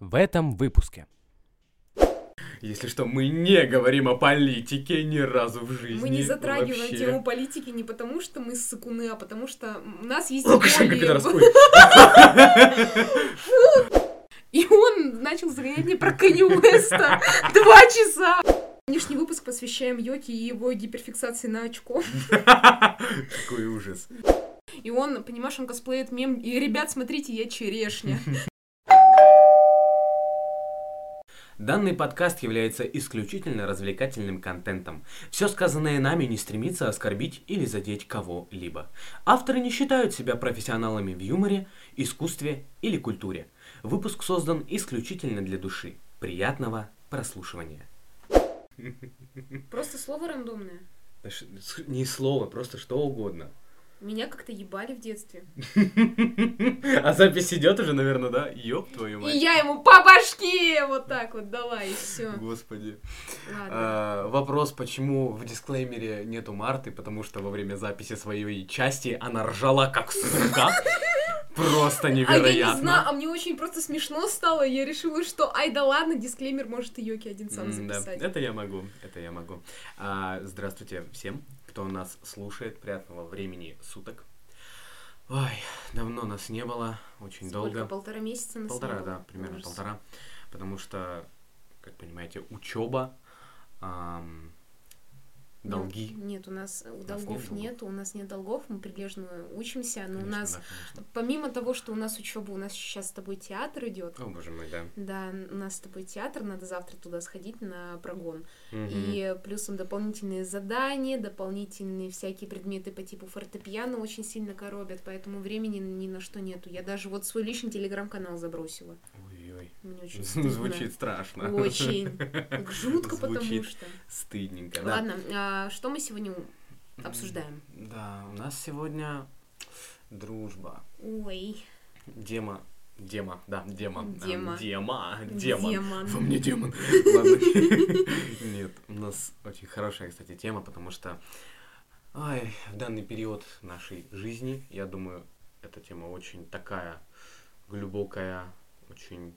в этом выпуске. Если что, мы не говорим о политике ни разу в жизни. Мы не затрагиваем вообще. тему политики не потому, что мы сыкуны, а потому что у нас есть О, как это более- расходит. И он начал загонять мне про Кенни Уэста два часа. Нынешний выпуск посвящаем Йоке и его гиперфиксации на очко. Какой ужас. И он, понимаешь, он косплеит мем. И, ребят, смотрите, я черешня. Данный подкаст является исключительно развлекательным контентом. Все сказанное нами не стремится оскорбить или задеть кого-либо. Авторы не считают себя профессионалами в юморе, искусстве или культуре. Выпуск создан исключительно для души. Приятного прослушивания. Просто слово рандомное. Ни слова, просто что угодно. Меня как-то ебали в детстве. А запись идет уже, наверное, да? Ёб твою И я ему по башке вот так вот дала, и все. Господи. Ладно. Э, Вопрос, почему в дисклеймере нету Марты, потому что во время записи своей части она ржала как сука. Просто А я не знаю, невероятно. а мне очень просто смешно стало, я решила, что ай да ладно, дисклеймер может и Йоки один сам М, да, записать. Это я могу, это я могу. А, Здравствуйте всем, кто нас слушает. Приятного времени суток. Ой, давно нас не было, очень Сколько, долго. полтора месяца на Полтора, да, примерно полтора. Потому что, как понимаете, учеба, ам, Ну, долги. Нет, у нас у нас долгов нет долгов. нет, у нас нет долгов, мы прилежно учимся, но ну, у Конечно, нас да, конечно. помимо того, что у нас учеба, у нас сейчас с тобой театр идет. О, боже мой, да. Да, у нас с тобой театр, надо завтра туда сходить на прогон. Мгм. И плюсом дополнительные задания, дополнительные всякие предметы по типу фортепиано очень сильно коробят, поэтому времени ни на что нету. Я даже вот свой личный телеграм-канал забросила. Ой-ой. Мне очень стыдно. Звучит страшно. Очень. Так Жутко, потому Звучит что. Стыдненько, да. Ладно, а что мы сегодня у- обсуждаем? Да, у нас сегодня дружба. Ой, Дема. Дема, да, Дема. Эм, Дема. Дема. Демон. демон. Во мне демон. Ладно. Нет, у нас очень хорошая, кстати, тема, потому что ай, в данный период нашей жизни, я думаю, эта тема очень такая глубокая, очень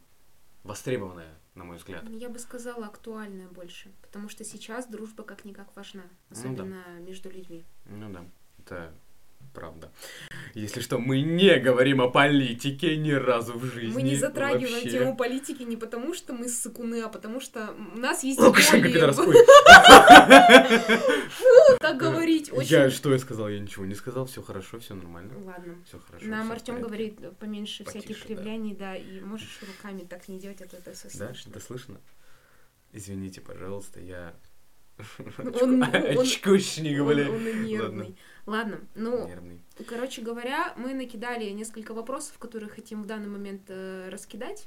востребованная, на мой взгляд. Я бы сказала актуальная больше, потому что сейчас дружба как никак важна, Ну да. особенно между людьми. Ну да, это правда. Если что, мы не говорим о политике ни разу в жизни. Мы не затрагиваем вообще. тему политики не потому, что мы сыкуны, а потому что у нас есть О, как более- это расходит. так говорить очень. Э, Я что я сказал? Я ничего не сказал, все хорошо, все нормально. Ладно. Все хорошо. Нам всё в Артем порядке. говорит э, поменьше всяких Потише, да. кривляний, да. и можешь руками так не делать, а то это все Да, слышно. это слышно? Извините, пожалуйста, я Он- ну, он- очкушник, Он- блин. он и нервный. Ладно. ну, Нервный. короче говоря, мы накидали несколько вопросов, которые хотим в данный момент э, раскидать,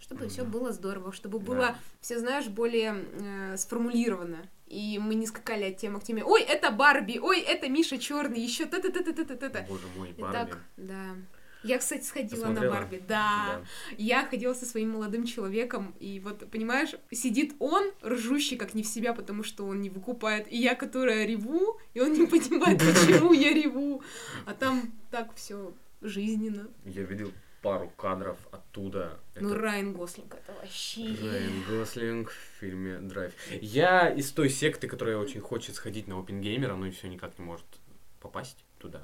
чтобы Мгм. все было здорово, чтобы Да. было, все знаешь, более э, сформулировано. И мы не скакали от темы к теме. Ой, это Барби, ой, это Миша Черный, еще та-та-та-та-та-та-та. Боже мой, Барби. Итак, да. Я, кстати, сходила на Посмотрела? Барби, да. Да. Я ходила со своим молодым человеком, и вот, понимаешь, сидит он, ржущий как не в себя, потому что он не выкупает, и я, которая реву, и он не понимает, почему я реву, а там так все жизненно. Я видел пару кадров оттуда. Ну, Это Райан Гослинг, это вообще... Райан Гослинг в фильме Драйв. Я из той секты, которая очень хочет сходить на Опенгеймера, но и все никак не может попасть туда.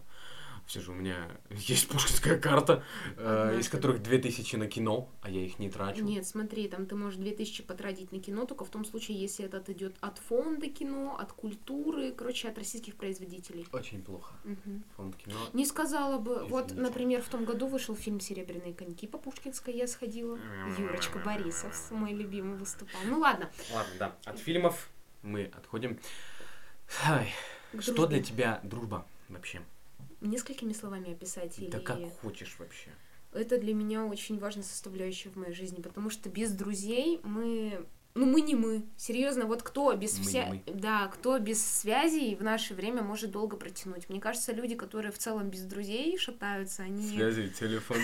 Все же у меня есть пушкинская карта, э, из Однако. которых 2000 на кино, а я их не трачу. Нет, смотри, там ты можешь 2000 потратить на кино, только в том случае, если этот идет от фонда кино, от культуры, короче, от российских производителей. Очень плохо. Мгм. Фонд кино. Не сказала бы. Вот, Извините. например, в том году вышел фильм «Серебряные коньки» по Пушкинской, я сходила. Юрочка Борисов, мой любимый, выступал. Ну ладно. Ладно, да. От фильмов мы отходим. Ай, к что дружбе. для тебя дружба вообще? Несколькими словами описать или... Да как хочешь вообще. Это для меня очень важная составляющая в моей жизни, потому что без друзей мы... Ну, мы не мы. Серьезно, вот кто без Мы не вся... мы. Да, кто без связей в наше время может долго протянуть. Мне кажется, люди, которые в целом без друзей шатаются, они... телефон.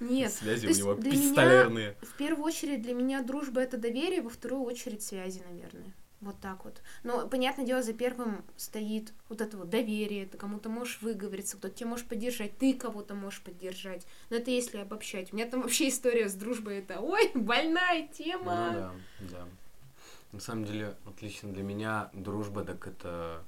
Нет. Связи То есть для меня пистолерные. В первую очередь для меня дружба это доверие, во вторую очередь связи, наверное. Вот так вот. Но, понятное дело, за первым стоит вот это вот доверие, ты кому-то можешь выговориться, кто-то тебя может поддержать, ты кого-то можешь поддержать. Но это если обобщать. У меня там вообще история с дружбой, это, ой, больная Ну тема. да, да. На самом деле, отлично для меня дружба, так это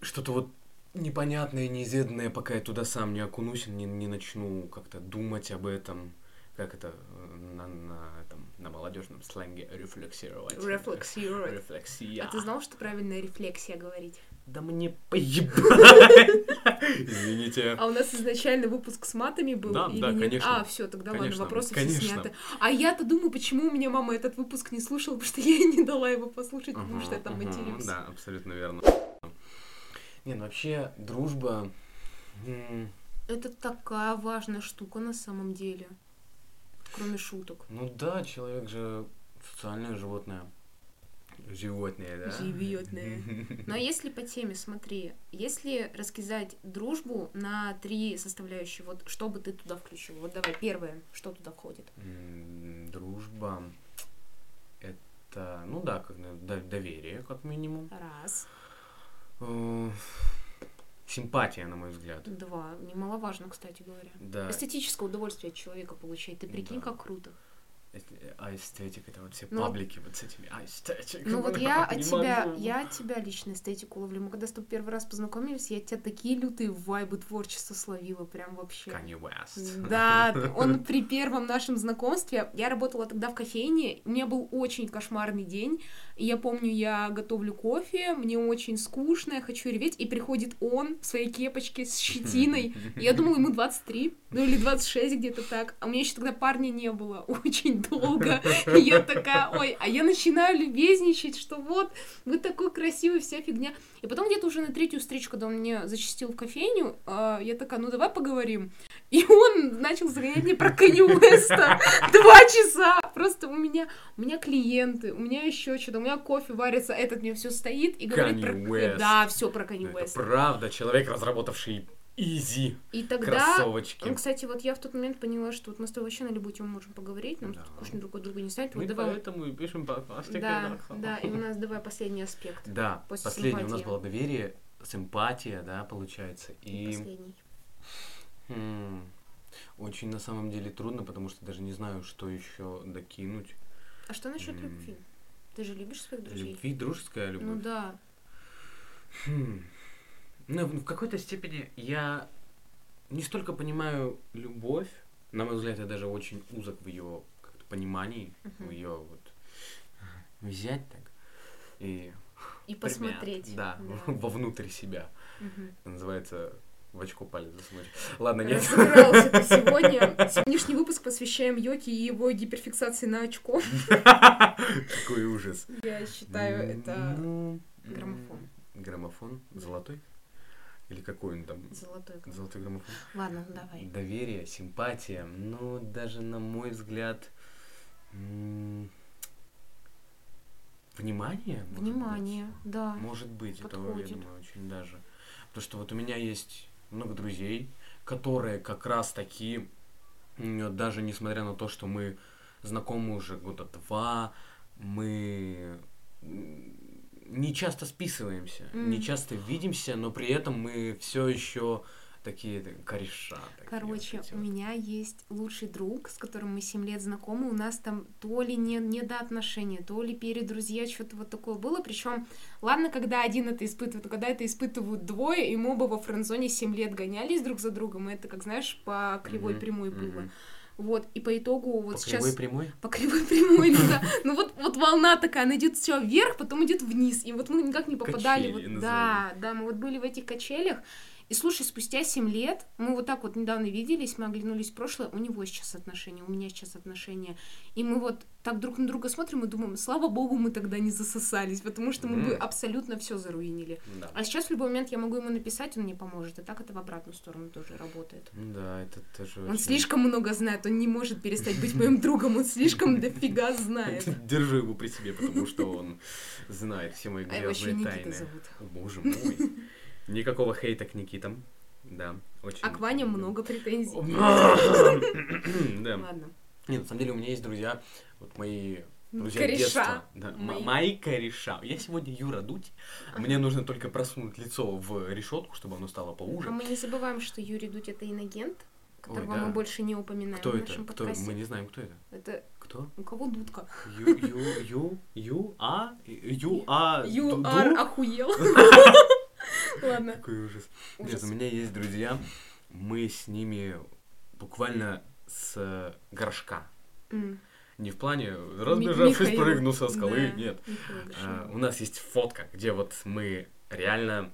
что-то вот непонятное, неизведанное, пока я туда сам не окунусь, не, не начну как-то думать об этом, как это э, на, на, этом, на молодежном сленге рефлексировать. Рефлексировать. Рефлексия. А ты знал, что правильная рефлексия говорить? Да мне поебать. Извините. А у нас изначально выпуск с матами был? Да, или да, нет? конечно. А, все, тогда Конечно, ладно, вопросы конечно. все сняты. А я-то думаю, почему у меня мама этот выпуск не слушала, потому что я ей не дала его послушать, потому Мгм, что я там мгм, матерюсь. Да, абсолютно верно. Не, ну вообще дружба... м, Это такая важная штука на самом деле. Кроме шуток. Ну да, человек же социальное животное. Животное, да? Животное. Но если по теме, смотри, если раскидать дружбу на три составляющие, вот что бы ты туда включила? Вот давай, первое, что туда входит? М, Дружба... Это, ну да, как на- до- доверие, как минимум. Раз, Э, Симпатия, на мой взгляд. два, немаловажно, кстати говоря. Да. Эстетическое удовольствие от человека получает. Ты прикинь, Да. как круто. Эс- Аэстетик, э, это вот все Ну вот- паблики вот с этими аэстетик. Ну вот я от не тебя, могу. я от тебя лично эстетику ловлю. Мы когда с тобой первый раз познакомились, я от тебя такие лютые вайбы творчества словила, прям вообще. Kanye West. Да, он при первом нашем знакомстве, я работала тогда в кофейне, у меня был очень кошмарный день, и я помню, я готовлю кофе, мне очень скучно, я хочу реветь, и приходит он в своей кепочке с щетиной, я думала, ему 23, ну или 26 где-то так. А у меня еще тогда парня не было очень долго. И я такая, ой, а я начинаю любезничать, что вот, вы такой красивый, вся фигня. И потом где-то уже на третью встречу, когда он меня зачистил в кофейню, а, я такая, ну давай поговорим. И он начал загонять мне про Кенни Уэста два часа. Просто у меня, у меня клиенты, у меня еще что-то, у меня кофе варится, этот мне все стоит и говорит Kanye про... West. Да, все про Кенни Ну, Это Уэста. правда, человек, разработавший Изи И тогда Ну, кроссовочки. кстати, вот я в тот момент поняла, что вот мы с тобой вообще на любую тему можем поговорить, нам Да. тут скучно друг от друга не станет. Вот Мы давай. поэтому и пишем подкастик. Да, да, и у нас давай последний аспект. Да, После последнее у нас симпатии. было доверие, симпатия, да, получается. И Последний. м, очень на самом деле трудно, потому что даже не знаю, что еще докинуть. А что насчет М. любви? Ты же любишь своих друзей? Любви, дружеская Ну любовь. да. Хм. Ну, в в какой-то степени я не столько понимаю любовь, на мой взгляд, я даже очень узок в ее как-то понимании, в Мгм. ее вот взять так и И примят, посмотреть. да, вовнутрь себя. Мгм. Это называется в очко палец засунуть. Ладно, нет. Разыгрался ты сегодня. Сегодняшний выпуск посвящаем Йоке и его гиперфиксации на очко. Какой ужас. Я считаю, это Ну, м, граммофон. Граммофон? Да. Золотой? Или какой он там? золотой. кон- Золотой граммофон? Ладно, ну давай. Доверие, симпатия, ну, даже на мой взгляд, м, внимание. может быть. Внимание, да. Может быть, это, я Подходит. думаю, очень даже. Потому что вот у меня есть много друзей, которые как раз таки, м, даже несмотря на то, что мы знакомы уже года два, мы м, не часто списываемся, не М. часто видимся, но при этом мы все еще такие э, кореша. такие Короче, вот эти у вот. меня есть лучший друг, с которым мы 7 лет знакомы. У нас там то ли не, недоотношения, то ли передрузья, что-то вот такое было. Причем, ладно, когда один это испытывает, но когда это испытывают двое, и мы оба во френдзоне 7 лет гонялись друг за другом. и Это, как знаешь, по кривой Мгм, прямой мгм. было. Вот, и по итогу вот По сейчас... кривой прямой? По кривой прямой, ну да. Ну вот, вот волна такая, она идет все вверх, потом идет вниз. И вот мы никак не попадали. Качели Вот, да, да, мы вот были в этих качелях. И слушай, спустя 7 лет, мы вот так вот недавно виделись, мы оглянулись в прошлое, у него сейчас отношения, у меня сейчас отношения. И мы вот так друг на друга смотрим и думаем, слава богу, мы тогда не засосались, потому что мы бы Мгм. абсолютно все заруинили. Да. А сейчас в любой момент я могу ему написать, он мне поможет. И так это в обратную сторону тоже работает. Да, это тоже Он очень- слишком много знает, он не может перестать быть моим другом, он слишком дофига знает. Держу его при себе, потому что он знает все мои А его еще грязные Никита тайны. зовут. О, боже мой. Никакого хейта к Никитам. Да, очень. А к Ване много претензий. Да. Ладно. Нет, на самом деле у меня есть друзья, вот мои Друзья Кореша детства. Да, м- мои. мои кореша. Я сегодня Юра Дудь. Мне нужно только просунуть лицо в решетку, чтобы оно стало А поуже. мы не забываем, что Юрий Дудь это иногент, которого да. мы больше не упоминаем Кто в это? нашем Кто? подкасте. Мы не знаем, кто это. Это Кто? У кого дудка? Ю, ю, ю, ю, а, ю, а, ду- You ду? are охуел. Ладно. Какой ужас. Нет, Ужас. у меня есть друзья. Мы с ними буквально с горшка. м, Не в плане разбежавшись, Михаил. прыгнул со Да. скалы. Нет. Михаил Горшин. А, У нас есть фотка, где вот мы реально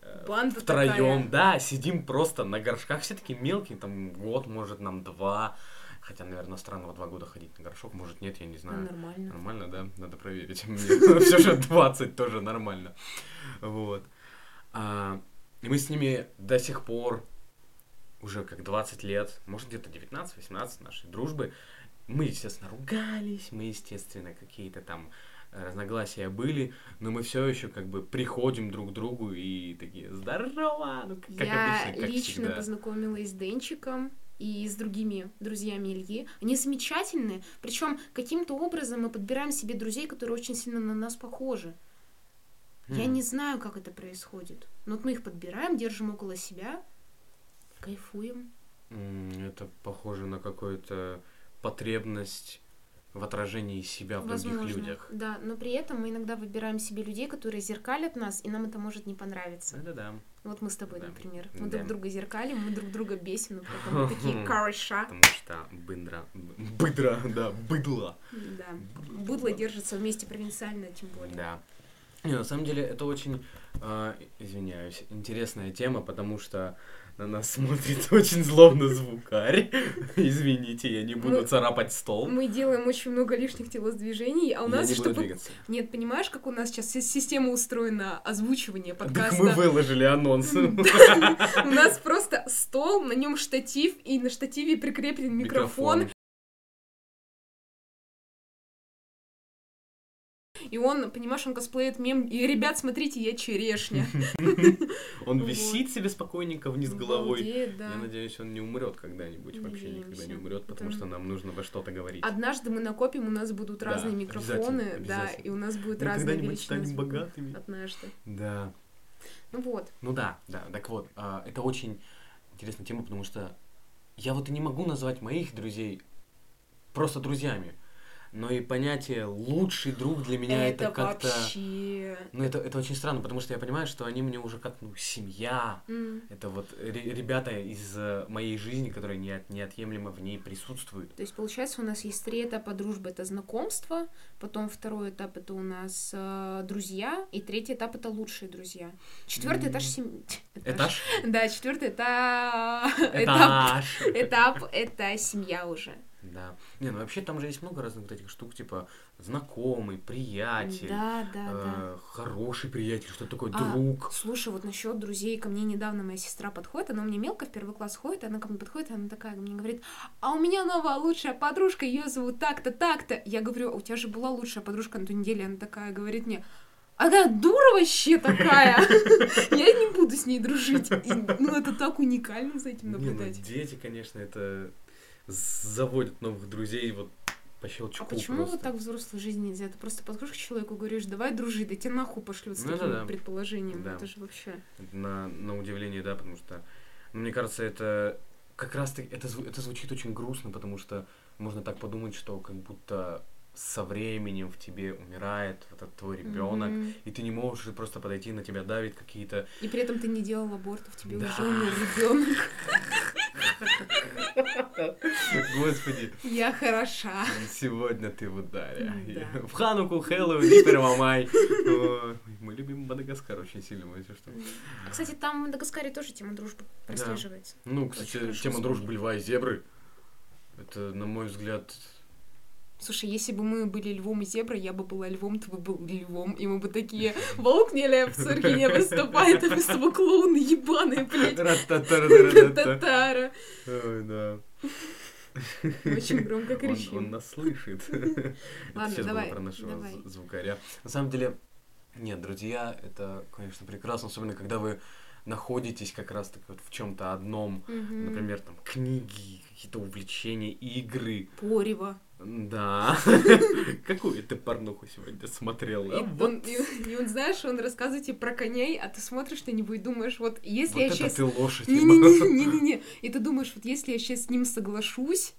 э, Банда втроем, да, сидим просто на горшках, все такие мелкие, там год, может, нам два. Хотя, наверное, странно в два года ходить на горшок, может, нет, я не Ну, знаю. Нормально. Нормально, да? Надо проверить. Все же 20 тоже нормально. Вот. А, И мы с ними до сих пор уже как 20 лет, может где-то 19-18 нашей дружбы. Мы, естественно, ругались, мы, естественно, какие-то там разногласия были, но мы все еще как бы приходим друг к другу и такие «Здорово!» Ну, как Я обычно, как лично всегда. познакомилась с Денчиком и с другими друзьями Ильи. Они замечательные. Причем каким-то образом мы подбираем себе друзей, которые очень сильно на нас похожи. Я М. не знаю, как это происходит. Но вот мы их подбираем, держим около себя, кайфуем. М, Это похоже на какую-то потребность в отражении себя в других людях. Да, но при этом мы иногда выбираем себе людей, которые зеркалят нас, и нам это может не понравиться. Да-да-да. Вот мы с тобой, Да. например. Мы Да. друг друга зеркалим, мы друг друга бесим, но потом такие кореша. Потому что бындра... б- Быдра, да, быдло. Да. Быдло держится вместе провинциально, тем более. Да. Не, на самом деле это очень, э, извиняюсь, интересная тема, потому что на нас смотрит очень злобно звукарь. Извините, я не буду Мы- царапать стол. Мы делаем очень много лишних телосдвижений, а ну, у нас, я не буду чтобы... двигаться. Нет, понимаешь, как у нас сейчас си- система устроена озвучивание Так мы подкаста? выложили анонс. У нас просто стол, на нем штатив, и на штативе прикреплен микрофон, и он, понимаешь, он косплеит мем, и, ребят, смотрите, я черешня. Он Вот. висит себе спокойненько вниз головой. Балдеет, да. Я надеюсь, он не умрет когда-нибудь, вообще никогда Надеемся. не умрет, потому Это- что нам нужно во что-то говорить. Однажды мы накопим, у нас будут Да, разные микрофоны, обязательно, да, обязательно. и у нас будет Мы разные когда-нибудь величины. станем звука. богатыми. Однажды. Да. Ну вот. Ну да, да. Так вот, а, это очень интересная тема, потому что я вот и не могу назвать моих друзей просто друзьями. Но и понятие лучший друг для меня это, как-то. вообще... Ну, это, это очень странно, потому что я понимаю, что они мне уже как, ну, семья. М. Это вот ре- ребята из э, моей жизни, которые не- неотъемлемо в ней присутствуют. То есть, получается, у нас есть три этапа дружбы. Это знакомство, потом второй этап это у нас э, друзья, и третий этап это лучшие друзья. Четвертый М. этаж семьи. Этаж? Да, четвертый это... этап. Этаж! Этап это семья уже. Да. Не, ну вообще там же есть много разных вот этих штук, типа знакомый, приятель, Да, да, да. э, хороший приятель, что такое А, друг. Слушай, вот насчет друзей, ко мне недавно моя сестра подходит, она у меня мелко в первый класс ходит, она ко мне подходит, она такая мне говорит, а у меня новая лучшая подружка, ее зовут так-то, так-то. Я говорю, «А у тебя же была лучшая подружка на той неделе, она такая говорит мне, она дура вообще такая, я не буду с ней дружить. И, ну, это так уникально за этим Не, ну, наблюдать. дети, конечно, это с- заводят новых друзей вот по щелчку А почему просто. вот так в взрослой жизни нельзя? Ты просто подходишь к человеку и говоришь, давай дружи, да тебя нахуй пошлют с Ну, это таким да. предположением. Да. Это же вообще... На, на удивление, да, потому что, ну, мне кажется, это как раз таки, это, зву- это звучит очень грустно, потому что можно так подумать, что как будто со временем в тебе умирает вот этот твой ребенок, Мгм. и ты не можешь и просто подойти, на тебя давит какие-то... И при этом ты не делал абортов, тебе Да. уже умер ребенок. Господи, Я хороша. сегодня ты в ударе. Да. В Хануку, Хэллоуин и 1 май. Ой, Мы любим Мадагаскар очень сильно, мы если что. А, кстати, там в Мадагаскаре тоже тема дружбы прослеживается. Ну, Очень кстати, хорошо тема звучит. дружбы льва и зебры. Это, на мой взгляд, Слушай, если бы мы были львом и зеброй, я бы была львом, ты бы был львом, и мы бы такие, волк не ляп, в цирке не выступает, а мы с тобой клоуны ебаные, блядь. Ра-та-та-ра-та-ра-та. Татара. Ой, да. Очень Он, громко он кричим. нас слышит. Это Ладно, сейчас давай, было про нашего давай. з- звукаря. На самом деле, нет, друзья, это, конечно, прекрасно, особенно когда вы находитесь как раз-таки вот в чем-то одном, Мгм. например, там книги, какие-то увлечения, игры. Порево. Да. Какую ты порнуху сегодня смотрела? И а? Вот- он, и- и он, знаешь, он рассказывает тебе про коней, а ты смотришь на него и думаешь, вот если Вот я это сейчас... ты лошадь. ебанулся. Не-не-не-не-не. И ты думаешь, вот если я сейчас с ним соглашусь,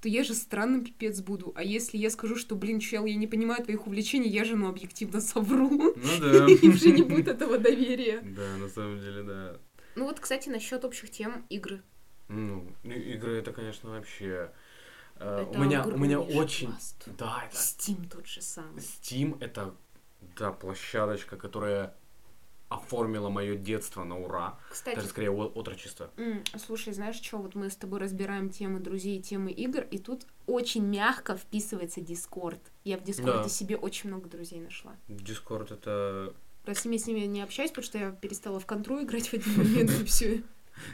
то я же странным пипец буду. А если я скажу, что, блин, чел, я не понимаю твоих увлечений, я же, ну, объективно совру. Ну да. И уже не будет этого доверия. Да, на самом деле, да. Ну вот, кстати, насчет общих тем игры. Ну, и- игры это, конечно, вообще... э, Это У меня, у меня огромнейший очень... пласт. Да, это Steam тот же самый. Steam это да, площадочка, которая оформила мое детство на ура. Кстати, Даже скорее о- отрочество. м, слушай, знаешь что, вот мы с тобой разбираем темы друзей, темы игр, и тут очень мягко вписывается Дискорд. Я в Дискорде Да. себе очень много друзей нашла. Дискорд это. Просто с ними, с ними не общаюсь, потому что я перестала в контру играть в один момент, и все.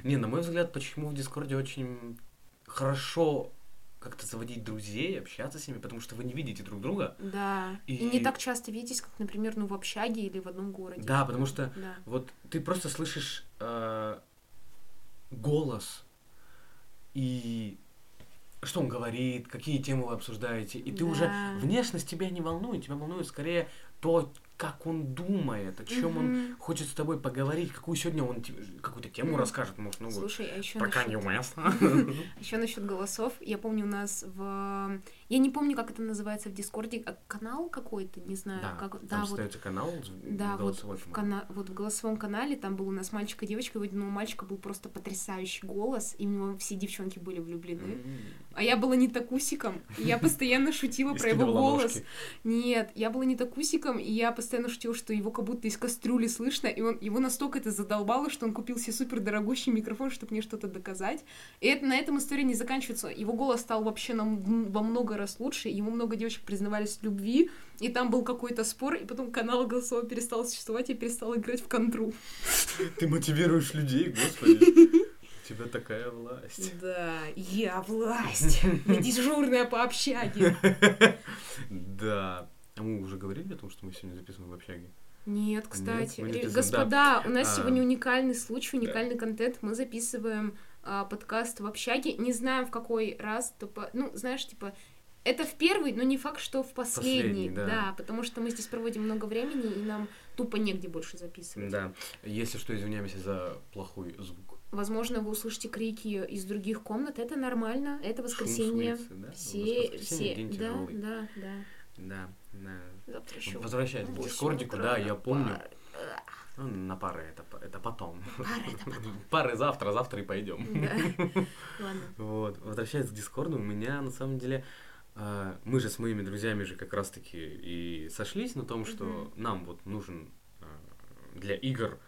Не, на мой взгляд, почему в Дискорде очень хорошо как-то заводить друзей, общаться с ними, потому что вы не видите друг друга. Да. И... И- не так часто видитесь, как, например, ну в общаге или в одном городе. Да, потому что Да. вот ты просто слышишь э, голос и что он говорит, какие темы вы обсуждаете, и ты уже Да. внешность тебя не волнует, тебя волнует скорее то, как он думает, о чем он Мгм. хочет с тобой поговорить, какую сегодня он тебе- какую-то тему Мгм. расскажет, может, ну вот, Слушай, а еще про Канье Уэста. Еще насчет голосов. Я помню у нас в... Я не помню, как это называется в Дискорде. а, Канал какой-то, не знаю. Да, Э, как... там да вот, создается канал с да, вот, голосовой в командой. кана- вот в голосовом канале там был у нас мальчик и девочка. И ну, у одного мальчика был просто потрясающий голос. И в него все девчонки были влюблены. М. А я была не такусиком. и Я постоянно шутила И про его скидывала голос. ножки. Нет, я была не такусиком, и я постоянно шутила, что его как будто из кастрюли слышно, и он, его настолько это задолбало, что он купил себе супер дорогущий микрофон, чтобы мне что-то доказать. И это, на этом история не заканчивается. Его голос стал вообще нам во много раз лучше, ему много девочек признавались в любви, и там был какой-то спор, и потом канал голосовой перестал существовать, я перестала играть в контру. Ты мотивируешь людей, господи. У тебя такая власть. Да. Я власть. Я дежурная по общаге. Да. А мы уже говорили о том, что мы сегодня записываем в общаге? Нет, кстати. мы не Ре- пиздим, Господа, у нас А, сегодня уникальный случай, да. уникальный контент. Мы записываем а, подкаст в общаге. Не знаем, в какой раз. то по- Ну, знаешь, типа, это в первый, но не факт, что в Последний, последний. да. потому что мы здесь проводим много времени, и нам тупо негде больше записывать. Да. Если что, извиняемся за плохой звук. Возможно, вы услышите крики из других комнат. Это нормально. Это Шум с воскресенье. улицы, да? У нас Все, воскресенье все, день да, тяжелый. да, да. Да, да. Завтра еще. Возвращаясь к Дискордику, да, я помню. Ну, на пары это, по- это потом. Пары завтра, завтра и пойдем. Ладно. Вот, возвращаясь к Дискорду, у меня на самом деле... э, Мы же с моими друзьями же как раз-таки и сошлись на том, что Мгм. нам вот нужен э, для игр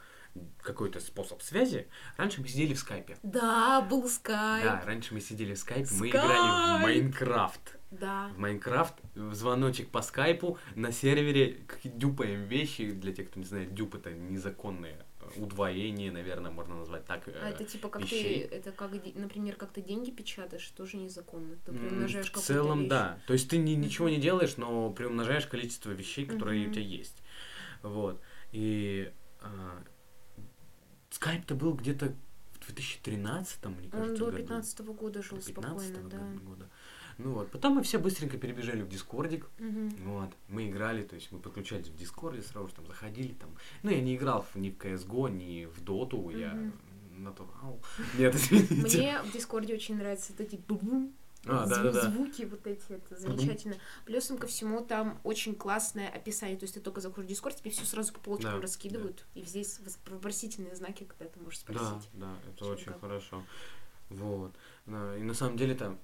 какой-то способ связи. Раньше мы сидели в скайпе. Да, был скайп. Да, раньше мы сидели в скайпе, мы Скайп! играли в Майнкрафт. Да. В Майнкрафт, в звоночек по скайпу, на сервере как и дюпаем вещи. Для тех, кто не знает, дюп это незаконное э, удвоение, наверное, можно назвать так. А э, это типа как вещей. ты, это как, де- например, как ты деньги печатаешь, тоже незаконно. Ты М, приумножаешь В какую-то целом, вещь. да. То есть ты ни- ничего не делаешь, но приумножаешь количество вещей, которые у Мгм. тебя есть. Вот. И а, скайп-то был где-то в 2013, мне Он кажется, до году. 15 года До жил 15-го спокойно, да. года. Ну вот, потом мы все быстренько перебежали в Дискордик, Мгм. вот, мы играли, то есть мы подключались в Дискорде, сразу же там заходили, там, ну, я не играл в- ни в CSGO, ни в Доту, я Мгм. натурал, нет, извините. Мне в Дискорде очень нравятся вот эти бум А, да-да-да. звуки вот эти, это Бу-бум. замечательно. Плюсом ко всему там очень классное описание, то есть ты только заходишь в Дискорд, тебе все сразу по полочкам Да, раскидывают, и здесь вос- вопросительные знаки, когда ты можешь спросить. Да, да, это Чё очень как. хорошо. Вот. Да, И на самом деле там...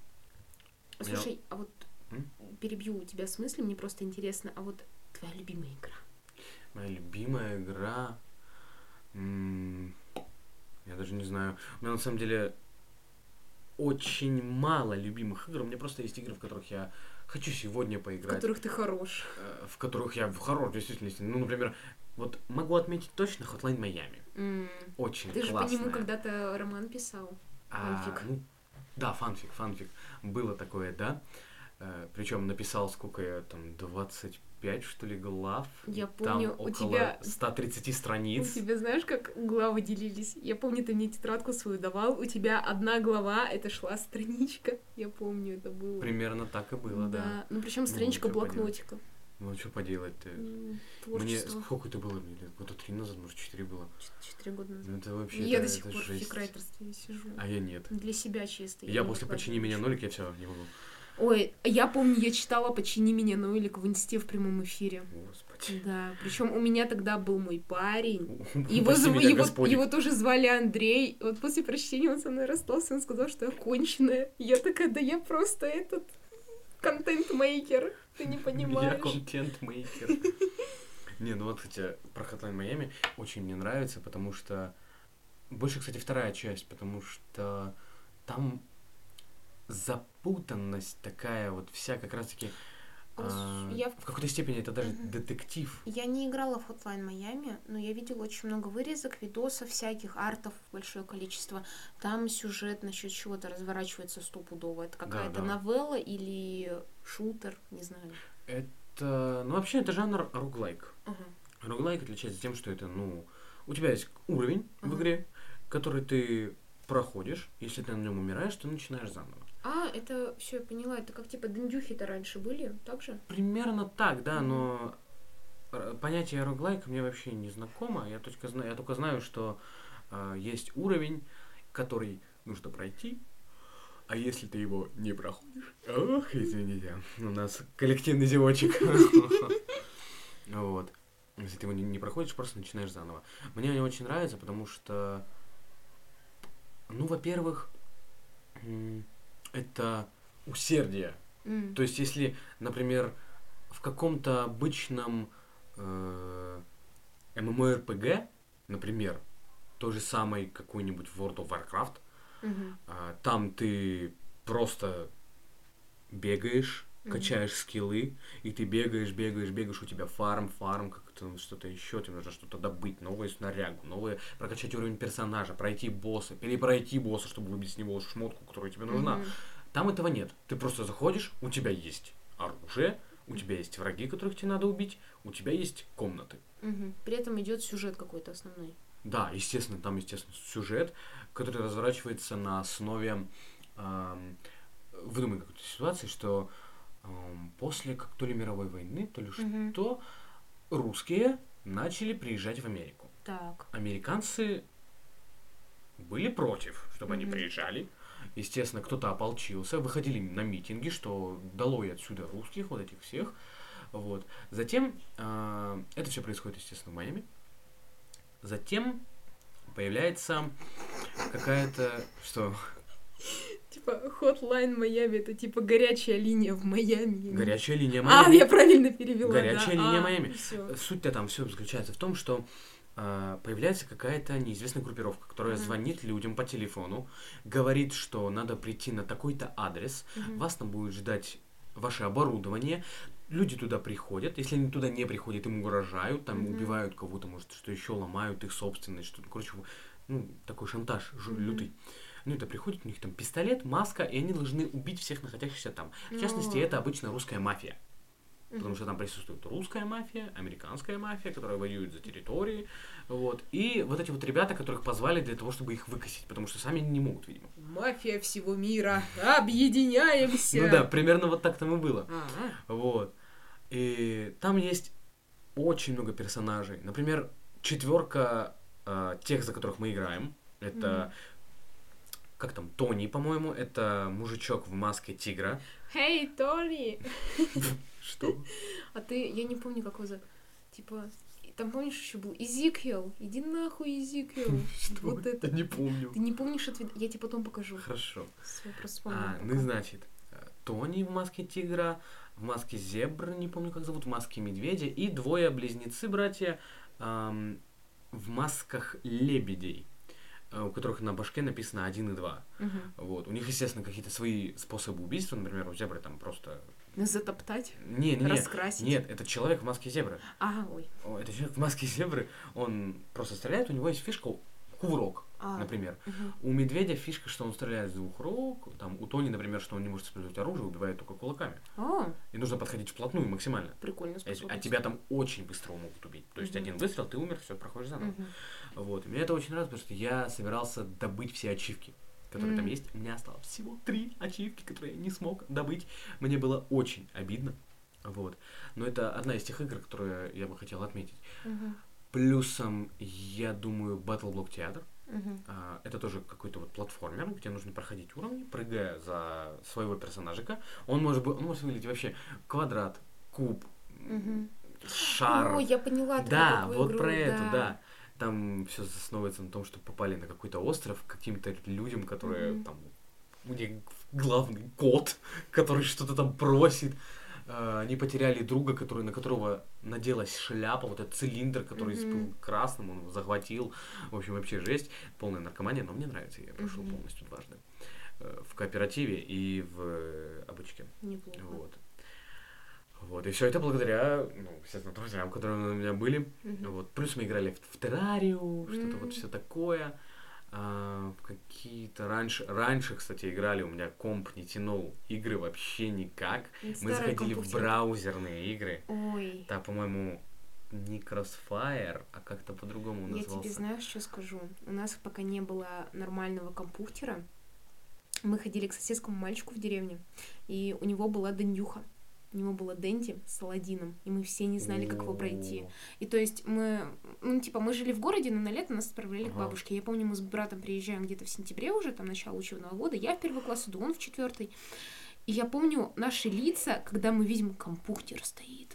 А Слушай, а вот М? перебью тебя с мыслью, мне просто интересно, а вот твоя любимая игра? Моя любимая игра... м, Я даже не знаю. У меня на самом деле очень мало любимых игр. У меня просто есть игры, в которых я хочу сегодня В поиграть. которых ты хорош. э, В которых я в хорош, действительно. если- Ну, например, вот могу отметить точно Hotline Miami. М. Очень Ты же по нему классная. когда-то роман писал. А, Фанфик. ну, да, Э, фанфик, фанфик. Было такое, да. Причем написал сколько я там, 25 5, что ли, глав. Я Там помню, у около тебя 130 у страниц. тебя знаешь, как главы делились? Я помню, ты мне тетрадку свою давал, у тебя одна глава, это шла страничка. Я помню, это было. Примерно так и было, да. Ну причем Ну, страничка чё поделать. блокнотика. Ну, что поделать-то? М, Мне Творчество. сколько это было? Мне лет года три назад, может, четыре было. Чет- Четыре года назад. Ну, это вообще Я это- до сих это пор в жесть. фикрайтерстве сижу. А я нет. Для себя чисто. Я не после выкладываю «Почини меня ничего. нолик» я все, не могу. Ой, я помню, я читала «Почини меня, Ноэлик» в инсте в прямом эфире. Господи. Да, причем у меня тогда был мой парень. Его, Прости зв- меня, его, Господи. его тоже звали Андрей. И Вот после прочтения он со мной расстался, он сказал, что я конченая. Я такая, да я просто этот контент-мейкер. Ты не Я понимаешь. контент-мейкер. Не, ну вот, хотя про Hotline Miami очень мне нравится, потому что... Больше, кстати, вторая часть, потому что там запутанность такая вот вся как раз-таки... А вот а, я в- В какой-то степени это даже Мгм. детектив. Я не играла в Hotline Miami, но я видела очень много вырезок, видосов всяких, артов большое количество. Там сюжет насчет чего-то разворачивается стопудово. Это да. какая-то новелла или шутер, не знаю. Это... Ну, вообще, это жанр руглайк. Руглайк отличается тем, что это, ну, у тебя есть уровень в Мгм. игре, который ты проходишь. Если ты на нем умираешь, ты начинаешь заново. А, это все я поняла. Это как типа дендюхи-то раньше были, так же? Примерно так, да, но р- понятие руглайка мне вообще не знакомо. Я только знаю, я только знаю, что а, есть уровень, который нужно пройти. А если ты его не проходишь? Ох, извините, у нас коллективный зевочек. Вот. Если ты его не не проходишь, просто начинаешь заново. Мне они очень нравятся, потому что, ну, во-первых, м, это усердие. То есть, если, например, в каком-то обычном э, MMORPG, например, той же самой какой-нибудь World of Warcraft, а, там ты просто бегаешь, Мгм. качаешь скиллы, и ты бегаешь, бегаешь, бегаешь, у тебя фарм, фарм, как-то что-то еще, тебе нужно что-то добыть, новую снарягу, новые, прокачать уровень персонажа, пройти босса, перепройти босса, чтобы выбить с него шмотку, которая тебе нужна. Там этого нет. Ты просто заходишь, у тебя есть оружие, у тебя есть враги, которых тебе надо убить, у тебя есть комнаты. При этом идет сюжет какой-то основной. Да, естественно, там, естественно, сюжет, который разворачивается на основе эм, выдуманной какой-то ситуации, что эм, после как то ли мировой войны, то ли Мгм. что, русские начали приезжать в Америку. Так. американцы были против, чтобы они Мгм. приезжали. Естественно, кто-то ополчился, выходили на митинги, что долой отсюда русских, вот этих всех. Вот. Затем, а, это все происходит, естественно, в Майами. Затем появляется какая-то... Что? Типа Hotline Miami это типа горячая линия в Майами. Горячая линия Майами. А, я правильно перевела. Горячая да. линия А, Майами. Э, всё. Суть-то там все заключается в том, что а, появляется какая-то неизвестная группировка, которая Мгм. звонит людям по телефону, говорит, что надо прийти на такой-то адрес, Мгм. вас там будет ждать ваше оборудование. Люди туда приходят, если они туда не приходят, им угрожают, там Мгм. убивают кого-то, может, что еще ломают их собственность, что-то, короче, ну, такой шантаж жу- Мгм. лютый. Ну, это приходит, у них там пистолет, маска, и они должны убить всех находящихся там. В частности, Ну. это обычно русская мафия. Потому Мгм. что там присутствует русская мафия, американская мафия, которая воюет за территории. Вот. И вот эти вот ребята, которых позвали для того, чтобы их выкосить, потому что сами они не могут, видимо. Мафия всего мира. Объединяемся. Ну да, примерно вот так там и было. А, Вот. И там есть очень много персонажей. Например, четверка э, тех, за которых мы играем. Это как там, Тони, по-моему, это мужичок в маске тигра. Эй, Тони! Что? А ты, я не помню, как его зовут. Типа, и там помнишь еще был Изиквел? Иди нахуй, Изиквел. Вот это. Не помню. Ты не помнишь ответ? Я тебе потом покажу. Хорошо. Всё, просто А, вспомнила ну и пока. значит, э, Тони в маске тигра, в маске зебры, не помню как зовут, в маске медведя, и двое близнецы, братья, эм, в масках лебедей, э, у которых на башке написано 1 и 2. Мгм. Вот. У них, естественно, какие-то свои способы убийства, например, у зебры там просто... Затоптать, Не, не, не. раскрасить. Нет, это человек в маске зебры. А, ой. О, Это человек в маске зебры, он просто стреляет, у него есть фишка кувырок, А, например. мгм. У медведя фишка, что он стреляет с двух рук, там, у Тони, например, что он не может использовать оружие, убивает только кулаками. О, И нужно подходить вплотную максимально. прикольно. А если- А способность. тебя там очень быстро могут убить. То есть Мгм. один выстрел, ты умер, все, проходишь заново. Мгм. Вот. И меня это очень радует, потому что я собирался добыть все ачивки, которые там Мгм. есть. У меня осталось всего три ачивки, которые я не смог добыть. Мне было очень обидно. Вот. Но это одна из тех игр, которые я бы хотел отметить. Мгм. Плюсом, я думаю, Battle Block Theater. Мгм. А, Это тоже какой-то вот платформер, где нужно проходить уровни, прыгая за своего персонажика. Он может, бы, он может выглядеть вообще квадрат, куб, Мгм. шар. О, я поняла. ты Да, какую вот игру, про это, да. Там все основывается на том, что попали на какой-то остров к каким-то людям, которые Мгм. там у них главный кот, который что-то там просит. Э, Они потеряли друга, который, на которого наделась шляпа, вот этот цилиндр, который Мгм. был красным, он его захватил. В общем, вообще жесть, полная наркомания, но мне нравится, я прошел Мгм. полностью дважды. Э, В кооперативе и в э, обычке. Неплохо. Вот. Вот, и все это благодаря, ну, естественно, друзьям, которые у меня были. Мгм. Вот, плюс мы играли в, в террарию, что-то М. вот все такое. А, в какие-то раньше, раньше, кстати, играли, у меня комп не тянул игры вообще никак. мы Старый заходили в компьютер. браузерные игры. Ой, Да, по-моему, не Crossfire, а как-то по-другому он я назвался. тебе знаешь, что скажу? У нас пока не было нормального компьютера. Мы ходили к соседскому мальчику в деревне, и у него была дендюха. У него была Денди с Аладдином, и мы все не знали, как его пройти. О, И то есть мы, ну, типа, мы жили в городе, но на лето нас отправляли к Ага. бабушке. Я помню, мы с братом приезжаем где-то в сентябре уже, там, начало учебного года. Я в первый класс иду, он в четвертый. И я помню наши лица, когда мы видим, компьютер стоит.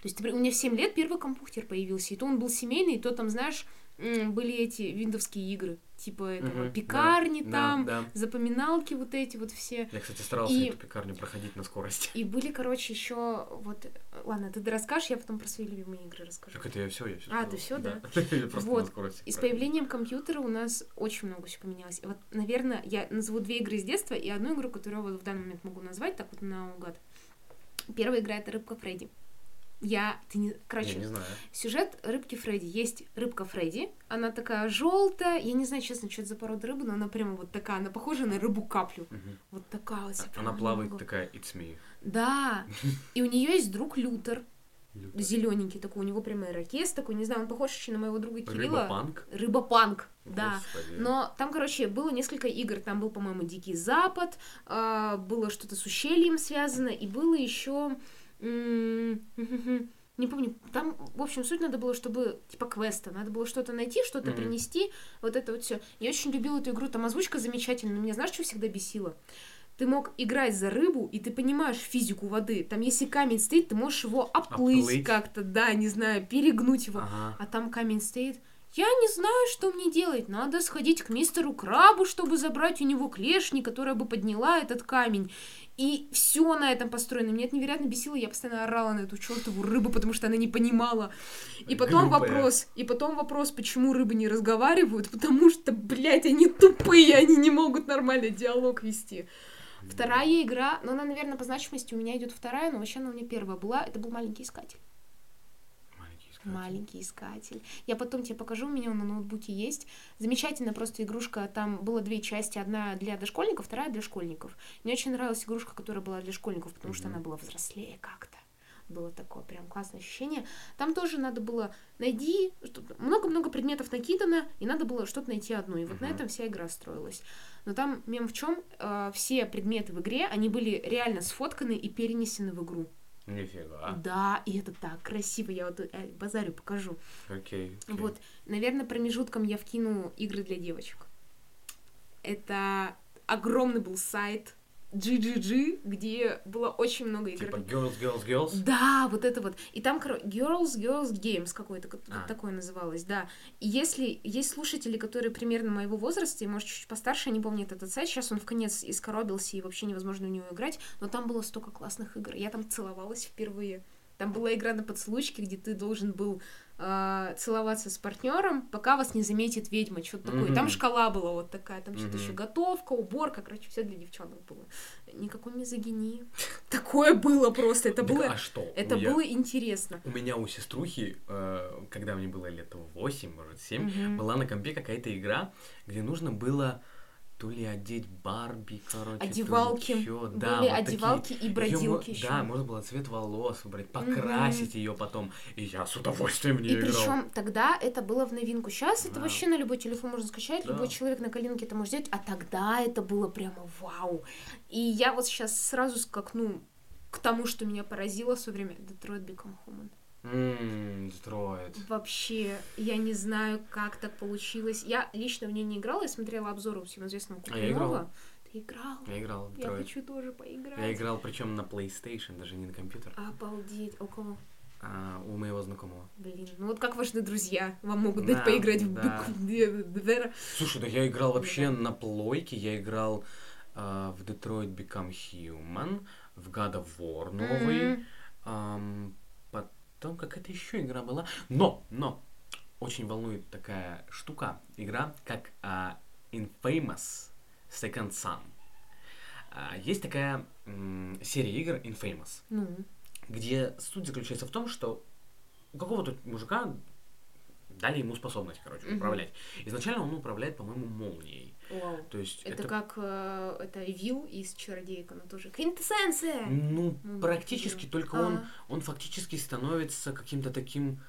То есть ты при- у меня в 7 лет первый компьютер появился, и то он был семейный, и то там, знаешь, м, были эти виндовские игры, типа этого, Мгм, да, пекарни да, там, да. запоминалки вот эти вот все. Я, кстати, старался И- эту пекарню проходить на скорости. И были, короче, еще вот... Ладно, ты расскажешь, я потом про свои любимые игры расскажу. Так это я все, я все. А, ты всё, Просто на Вот. скорости. И с проходил. появлением компьютера у нас очень много всего поменялось. И вот, наверное, я назову две игры с детства и одну игру, которую я вот в данный момент могу назвать, так вот наугад. Первая игра это рыбка Фредди. Я, ты не, короче, Я не знаю. сюжет рыбки Фредди. Есть рыбка Фредди, она такая желтая, я не знаю, честно, что это за порода рыбы, но она прямо вот такая, она похожа на рыбу каплю. Мгм. Вот такая вот. вся прямо А, Она плавает много. такая, it's me. Да, и у нее есть друг Лютер, Люта. зелененький такой, у него прямо ирокез такой, не знаю, он похож еще на моего друга Кирилла. Рыба-панк? Рыбопанк, да. Господи. Но там, короче, было несколько игр. Там был, по-моему, Дикий Запад, а, было что-то с ущельем связано, и было еще... Не помню, там, в общем, суть надо было, чтобы, типа, квеста, надо было что-то найти, что-то Мгм. принести, вот это вот все. Я очень любила эту игру, там озвучка замечательная, но меня знаешь, что всегда бесило? Ты мог играть за рыбу, и ты понимаешь физику воды. Там, если камень стоит, ты можешь его оплыть, Оплыть. как-то, да, не знаю, перегнуть его. Ага. А там камень стоит. Я не знаю, что мне делать. Надо сходить к мистеру Крабу, чтобы забрать у него клешни, которая бы подняла этот камень. И все на этом построено. Меня это невероятно бесило. Я постоянно орала на эту чертову рыбу, потому что она не понимала. И потом Глупая. вопрос. И потом вопрос, почему рыбы не разговаривают. Потому что, блядь, они тупые. Они не могут нормально диалог вести. Вторая игра, но она, наверное, по значимости у меня идет вторая, но вообще она у меня первая была. Это был маленький искатель. Маленький искатель. Маленький искатель. Я потом тебе покажу, у меня он на ноутбуке есть. Замечательная просто игрушка. Там было две части. Одна для дошкольников, вторая для школьников. Мне очень нравилась игрушка, которая была для школьников, потому что Мгм. она была взрослее как-то. Было такое прям классное ощущение. Там тоже надо было найди... что- Много-много предметов накидано, и надо было что-то найти одну. И вот на Мгм. этом вся игра строилась. Но там мем в чем? все предметы в игре, они были реально сфотканы и перенесены в игру. Нифига. Да, и это так красиво. Я вот э, базарю покажу. Окей. окей. Вот, наверное, промежутком я вкину игры для девочек. Это огромный был сайт GGG, где было очень много игр. Типа girls, girls, girls. Да, вот это вот. И там, короче, Girls Girls Games какой-то, как- А. такое называлось, да. И если есть слушатели, которые примерно моего возраста, и, может, чуть постарше, они помнят этот сайт, сейчас он в конец искоробился, и вообще невозможно в него играть, но там было столько классных игр. Я там целовалась впервые. Там была игра на поцелуйчике, где ты должен был э, целоваться с партнером, пока вас не заметит ведьма, что-то такое. Мгм. Там шкала была вот такая, там что-то Мгм. еще готовка, уборка, короче, все для девчонок было. Никакой мизогинии. Такое было просто, это Так, было... А что? Это У я- было интересно. У меня у сеструхи э, когда мне было лет 8, может, 7, Мгм. была на компе какая-то игра, где нужно было то ли одеть Барби, короче, то ли Одевалки. чё. да, Были вот такие. одевалки и Её бродилки мо- еще. Да, можно было цвет волос выбрать, покрасить ее потом. И я с удовольствием в И нее играл. причем тогда это было в новинку. Сейчас это Да. вообще на любой телефон можно скачать, Да. любой человек на коленке это может сделать, а тогда это было прямо вау. И я вот сейчас сразу скакну к тому, что меня поразило все время Detroit Become Human. М, Строит. Вообще, я не знаю, как так получилось. Я лично в ней не играла, я смотрела обзоры у всем известного А я играла. Куплинова. Ты играл? Я играл в Я Detroit. хочу тоже поиграть. Я играл причем на PlayStation, даже не на компьютер, Обалдеть. У кого? а у моего знакомого. Блин, ну вот как важны друзья. Вам могут дать Да, поиграть в да. Бэк- Де- Девера. Слушай, да я играл вообще на плойке, я играл а, в Detroit Become Human, в God of War новый, Мгм. ам, потом какая-то еще игра была. Но, но, очень волнует такая штука, игра, как а, Infamous Second Son. А, есть такая м, серия игр Infamous. Ну. где суть заключается в том, что у какого-то мужика дали ему способность, короче, Мгм. управлять. Изначально он управляет, по-моему, молнией. Вау. То есть это, Это, как э, это Вил из Чародейка, но тоже квинтэссенция. ну, Ну, практически, блин. только А. он, он фактически становится каким-то таким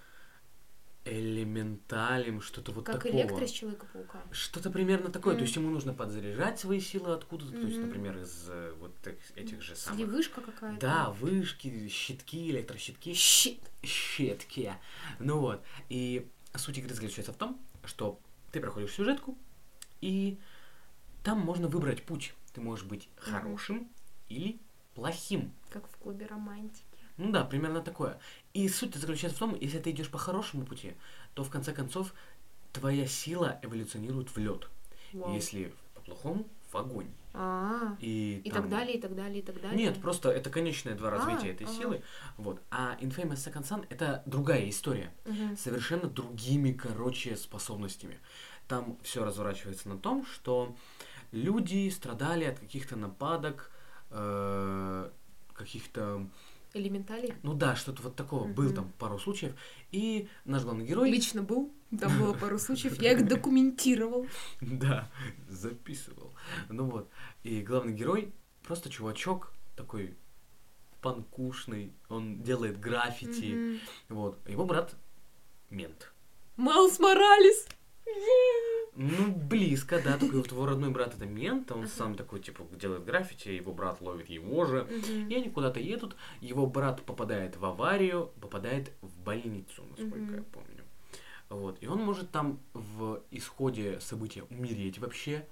элементалем, что-то вот Как такого. Электро из Человека-паука. Что-то примерно такое. То Мгм. есть ему нужно подзаряжать свои силы откуда-то. То есть, Мгм. например, из э, вот эт- этих же самых. Сливышка какая-то. Да, вышки, щитки, электрощитки. Щит. щетке. Ну вот. И суть игры заключается в том, что ты проходишь сюжетку, и там можно выбрать путь. Ты можешь быть Мгм. хорошим или плохим. Как в клубе романтики. Ну да, примерно такое. И суть заключается в том, если ты идешь по хорошему пути, то в конце концов твоя сила эволюционирует в лед. Вау. Если по плохому, в огонь. А, И, и там- так далее, и так далее, и так далее. нет, просто это конечные два А, развития этой ага. силы. Вот. А Infamous Second Son это другая история Мгм. совершенно другими, короче, способностями. Там все разворачивается на том, что люди страдали от каких-то нападок, э, каких-то, Элементали. ну да, что-то вот такого. Был Мгм. там пару случаев, Ну и наш главный герой, Лично был, там было пару случаев, я их документировал. да, записывал. Ну вот, и главный герой просто чувачок такой панкушный, он делает граффити, Мгм. вот. Его брат мент. Майлз Моралес! Ну, близко, да, только вот его родной брат это мент, а он Ага. сам такой, типа, делает граффити, его брат ловит его же. Мгм. И они куда-то едут, его брат попадает в аварию, попадает в больницу, насколько Мгм. я помню. Вот, и он может там в исходе события умереть вообще,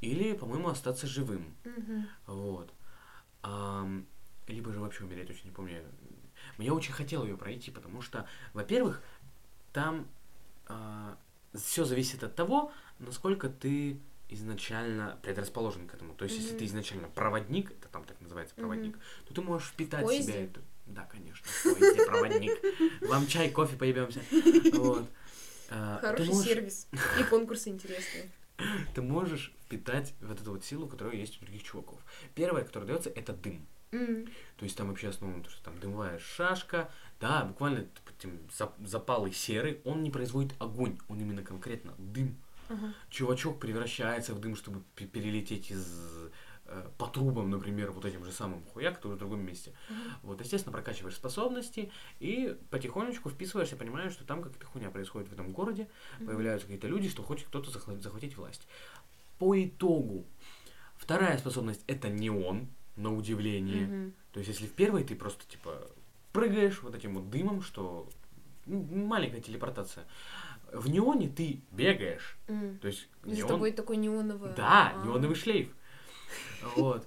или, по-моему, остаться живым. Мгм. Вот. Ам, либо же вообще умереть, очень не помню. Мне очень хотел ее пройти, потому что, во-первых, там все зависит от того, насколько ты изначально предрасположен к этому. То есть, если Мгм. ты изначально проводник, это там так называется Мгм. проводник, то ты можешь впитать в поезде? себя эту. Да, конечно, в поезде проводник. Вам чай, кофе поебемся. Вот. А, ты Хороший можешь- сервис. И конкурсы интересные. Ты можешь впитать вот эту вот силу, которая есть у других чуваков. Первое, которое дается, это дым. М. То есть там вообще основное, то, что там дымовая шашка, да, буквально типа, тем зап- запалый серый, он не производит огонь, он именно конкретно дым. Ага. Чувачок превращается в дым, чтобы пе- перелететь из э, по трубам, например, вот этим же самым хуяк, который в другом месте. Ага. Вот, естественно, прокачиваешь способности и потихонечку вписываешься, понимаешь, что там какая-то хуйня происходит в этом городе, появляются какие-то люди, что хочет кто-то захла- захватить власть. По итогу, вторая способность это не он, на удивление. Мгм. То есть, если в первой ты просто, типа, прыгаешь вот этим вот дымом, что ну, маленькая телепортация. В неоне ты бегаешь. М. То есть, И За неон- тобой такой неоновый. Да, А. неоновый шлейф. Вот.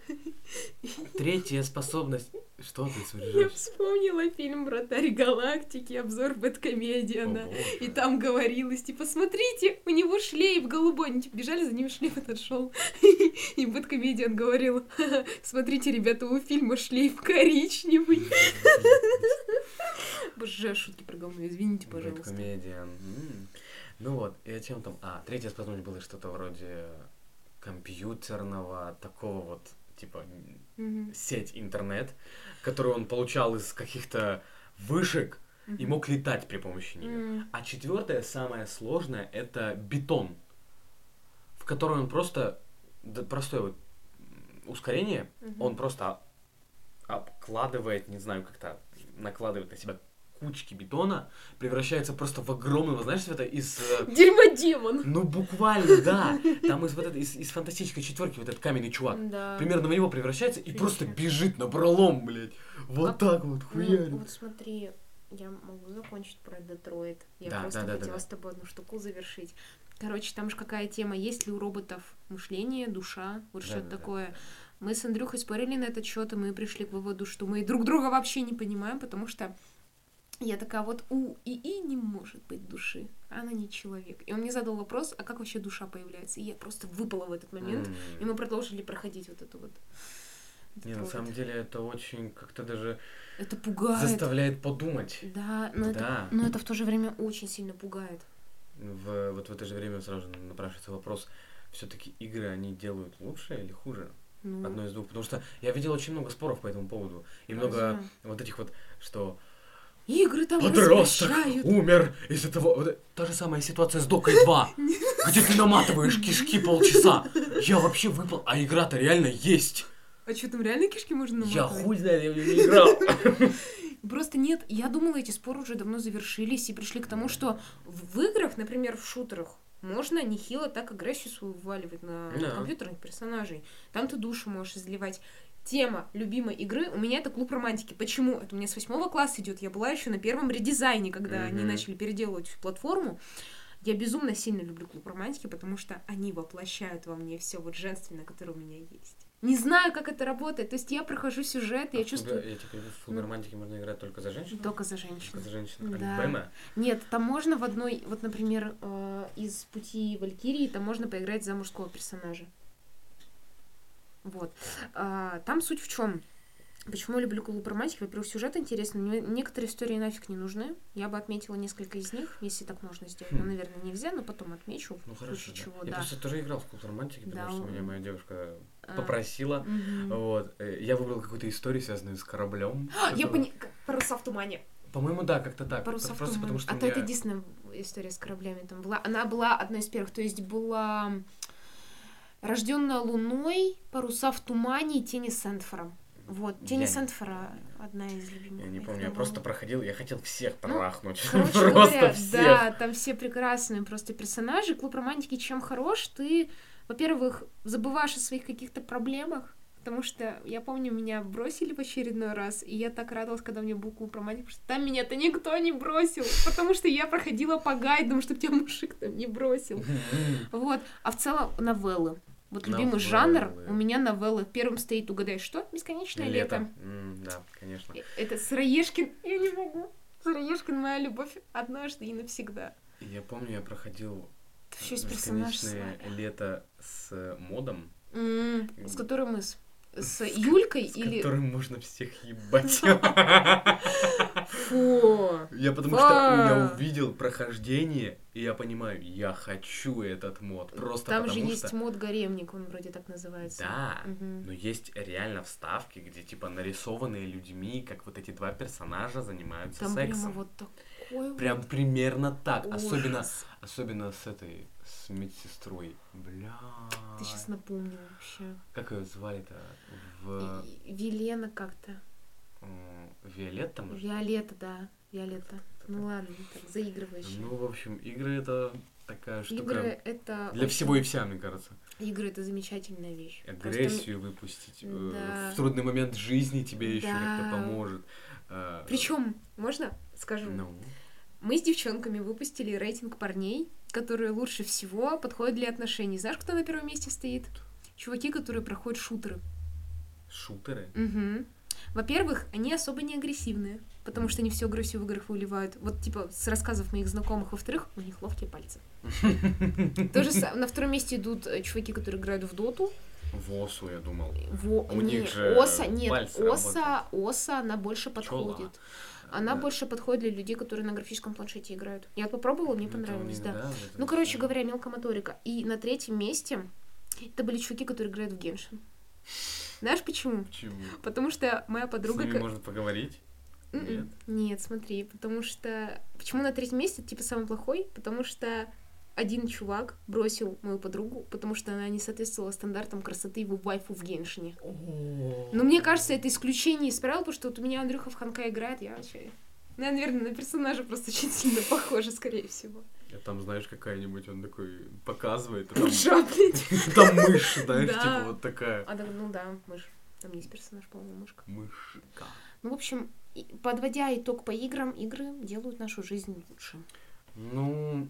Третья способность... Что ты Я смотришь? вспомнила фильм «Вратарь галактики», обзор Бэткомедиана. И там говорилось, типа, смотрите, у него шлейф голубой. Они типа, бежали, за ним шлейф отошел. И Бэткомедиан говорил, «Ха-ха, смотрите, ребята, у фильма шлейф коричневый. Боже, шутки про говно, извините, типа, пожалуйста. Ну вот, и о чем там? А, третья способность была что-то вроде компьютерного, такого вот, типа, Мгм. сеть интернет, которую он получал из каких-то вышек, и мог летать при помощи нее. М. А четвертое, самое сложное, это бетон, в который он просто, да, простое вот м, ускорение, Мгм. он просто обкладывает, не знаю, как-то накладывает на себя кучки бетона, превращается просто в огромного, знаешь, это из... э, Дерьмодемон. Ну, буквально, да. Там из вот этой, из, из фантастической четверки вот этот каменный чувак. Да. Примерно в него превращается и Отлично. просто бежит на пролом, блядь. Вот А- так вот, Ну, хуярит. вот смотри, я могу закончить про Детройт. Я Да, просто да, да, да, хотела да. с тобой одну штуку завершить. Короче, там же какая тема, есть ли у роботов мышление, душа, вот Да, что-то да, да. такое. Мы с Андрюхой спорили на этот счет, и мы пришли к выводу, что мы друг друга вообще не понимаем, потому что я такая, вот у ИИ не может быть души, она не человек. И он мне задал вопрос, а как вообще душа появляется? И я просто выпала в этот момент, М. и мы продолжили проходить вот эту вот... Не, на Детройт. самом деле это очень как-то даже Это пугает. заставляет подумать. Да, Да. но, Ну, Это, но это в то же время очень сильно пугает. В, вот в это же время сразу же напрашивается вопрос, все-таки игры они делают лучше или хуже? Ну, Одно из двух. Потому что я видел очень много споров по этому поводу. И много разве? вот этих вот, что Игры там подросток развращают. умер из этого... Вот э- та же самая ситуация с Докой 2, где ты наматываешь кишки полчаса. Я вообще выпал, а игра-то реально есть. А что, там реально кишки можно Ну, Я наматывать? хуй знает, я в неё не играл. Просто нет, я думала, эти споры уже давно завершились и пришли к тому, что в в играх, например, в шутерах, можно нехило так агрессию свою вываливать на Да. компьютерных персонажей. Там ты душу можешь изливать. Тема любимой игры у меня это клуб романтики. Почему? Это у меня с восьмого класса идет. Я была еще на первом редизайне, когда они Мгм. начали переделывать всю платформу. Я безумно сильно люблю клуб романтики, потому что они воплощают во мне все вот женственное, которое у меня есть. Не знаю, как это работает. То есть я прохожу А сюжет, я чувствую Я тебе говорю, в клуб Ну. романтики можно играть только за женщин. только за женщин. Только за женщин. а Да. Альбема. Нет, там можно в одной, вот, например, э, из пути Валькирии, там можно поиграть за мужского персонажа. Вот. А, Там суть в чем? Почему я люблю клуб романтики? Во-первых, сюжет интересный. Мне некоторые истории нафиг не нужны. Я бы отметила несколько из них, если так можно сделать. Ну, Хм. наверное, нельзя, но потом отмечу. Ну в хорошо. случае да. чего, Я да. просто тоже играл в клуб романтики, потому Да, что он- меня моя девушка А, попросила. мгм. Вот. э, Я выбрал какую-то историю, связанную с кораблем. Я которая- пони... к- Паруса в тумане. По-моему, да, как-то так. Паруса в Просто тумане. потому что а у то меня- это единственная история с кораблями там была. Она была одной из первых. То есть была рожденная луной, паруса в тумане и тени Сентфора. Вот, Я тени не- Сентфора одна из любимых. Я не моих помню, я новелл. просто проходил, я хотел всех Ну, трахнуть. Короче Просто говоря, всех. да, там все прекрасные просто персонажи. Клуб романтики чем хорош, ты, во-первых, забываешь о своих каких-то проблемах, потому что я помню, меня бросили в очередной раз, и я так радовалась, когда мне был клуб романтики, потому что там меня-то никто не бросил, потому что я проходила по гайдам, чтобы тебя мужик там не бросил. Вот. А в целом новеллы. Вот любимый Новеллы. жанр у меня новеллы. Первым стоит, угадай, что? Бесконечное лето. Лето. М, Да, конечно. Э, Это Сыроежкин. Я не могу. Сыроежкин моя любовь однажды и навсегда. Я помню, я проходил Это еще есть персонаж с бесконечное вами. лето с э, модом, М, С которым мы с... С Юлькой с или... которым можно всех ебать. Фу. Я потому что я Фа. увидел прохождение, и я понимаю, я хочу этот мод. Просто Там же потому есть что... мод Гаремник, он вроде так называется. Да. Мгм. Но есть реально вставки, где типа нарисованные людьми, как вот эти два персонажа занимаются Там прямо сексом. вот такой вот Прям примерно так. Особенно, ужас. особенно с этой, с медсестрой. Бля. а, Ты сейчас напомнил вообще. Как ее звали-то? В И- и- Велена как-то. м, Виолетта, может? Виолетта, да. Виолетта. Ну ладно, так заигрываешь. Ну, в общем, игры это такая штука. Игры это... Для очень- всего и вся, мне кажется. Игры это замечательная вещь. Просто мне- Агрессию выпустить. э, Да. В трудный момент жизни тебе еще Да. как-то поможет. Э, Причем, можно скажу? Ну, Мы с девчонками выпустили рейтинг парней, которые лучше всего подходят для отношений. Знаешь, кто на первом месте стоит? Чуваки, которые проходят шутеры. шутеры. Мгм. Во-первых, они особо не агрессивные, потому что они всю агрессию в играх выливают. Вот, типа, с рассказов моих знакомых. Во-вторых, у них ловкие пальцы. Тоже са- на втором месте идут э, чуваки, которые играют в доту. Восу, я думал. Во- У не, них же оса, нет, пальцы оса, оса, она больше Пчела. подходит. Она Да. больше подходит для людей, которые на графическом планшете играют. Я вот попробовала, мне Ну, это понравилось, у да. них, это Ну, короче всё. говоря, мелкомоторика. И на третьем месте это были чуваки, которые играют в Геншин. Знаешь почему? Почему? Потому что моя С подруга... ними ко- можно поговорить? М-м. Нет. Нет, смотри, потому что... Почему на третьем месте, типа, самый плохой? Потому что один чувак бросил мою подругу, потому что она не соответствовала стандартам красоты его вайфу в Геншине. Но Ну, мне кажется, это исключение из правил, потому что вот у меня Андрюха в Ханка играет, я вообще... Ну, я, наверное, на персонажа просто очень сильно похожа, скорее всего. А Там, знаешь, какая-нибудь, он такой показывает, а там, Ржа, блядь. там мышь, знаешь, Да. типа вот такая. А, да, ну да, мышь. Там есть персонаж, по-моему, мышка. Мышка. Ну, в общем, и- подводя итог по играм, игры делают нашу жизнь лучше. Ну,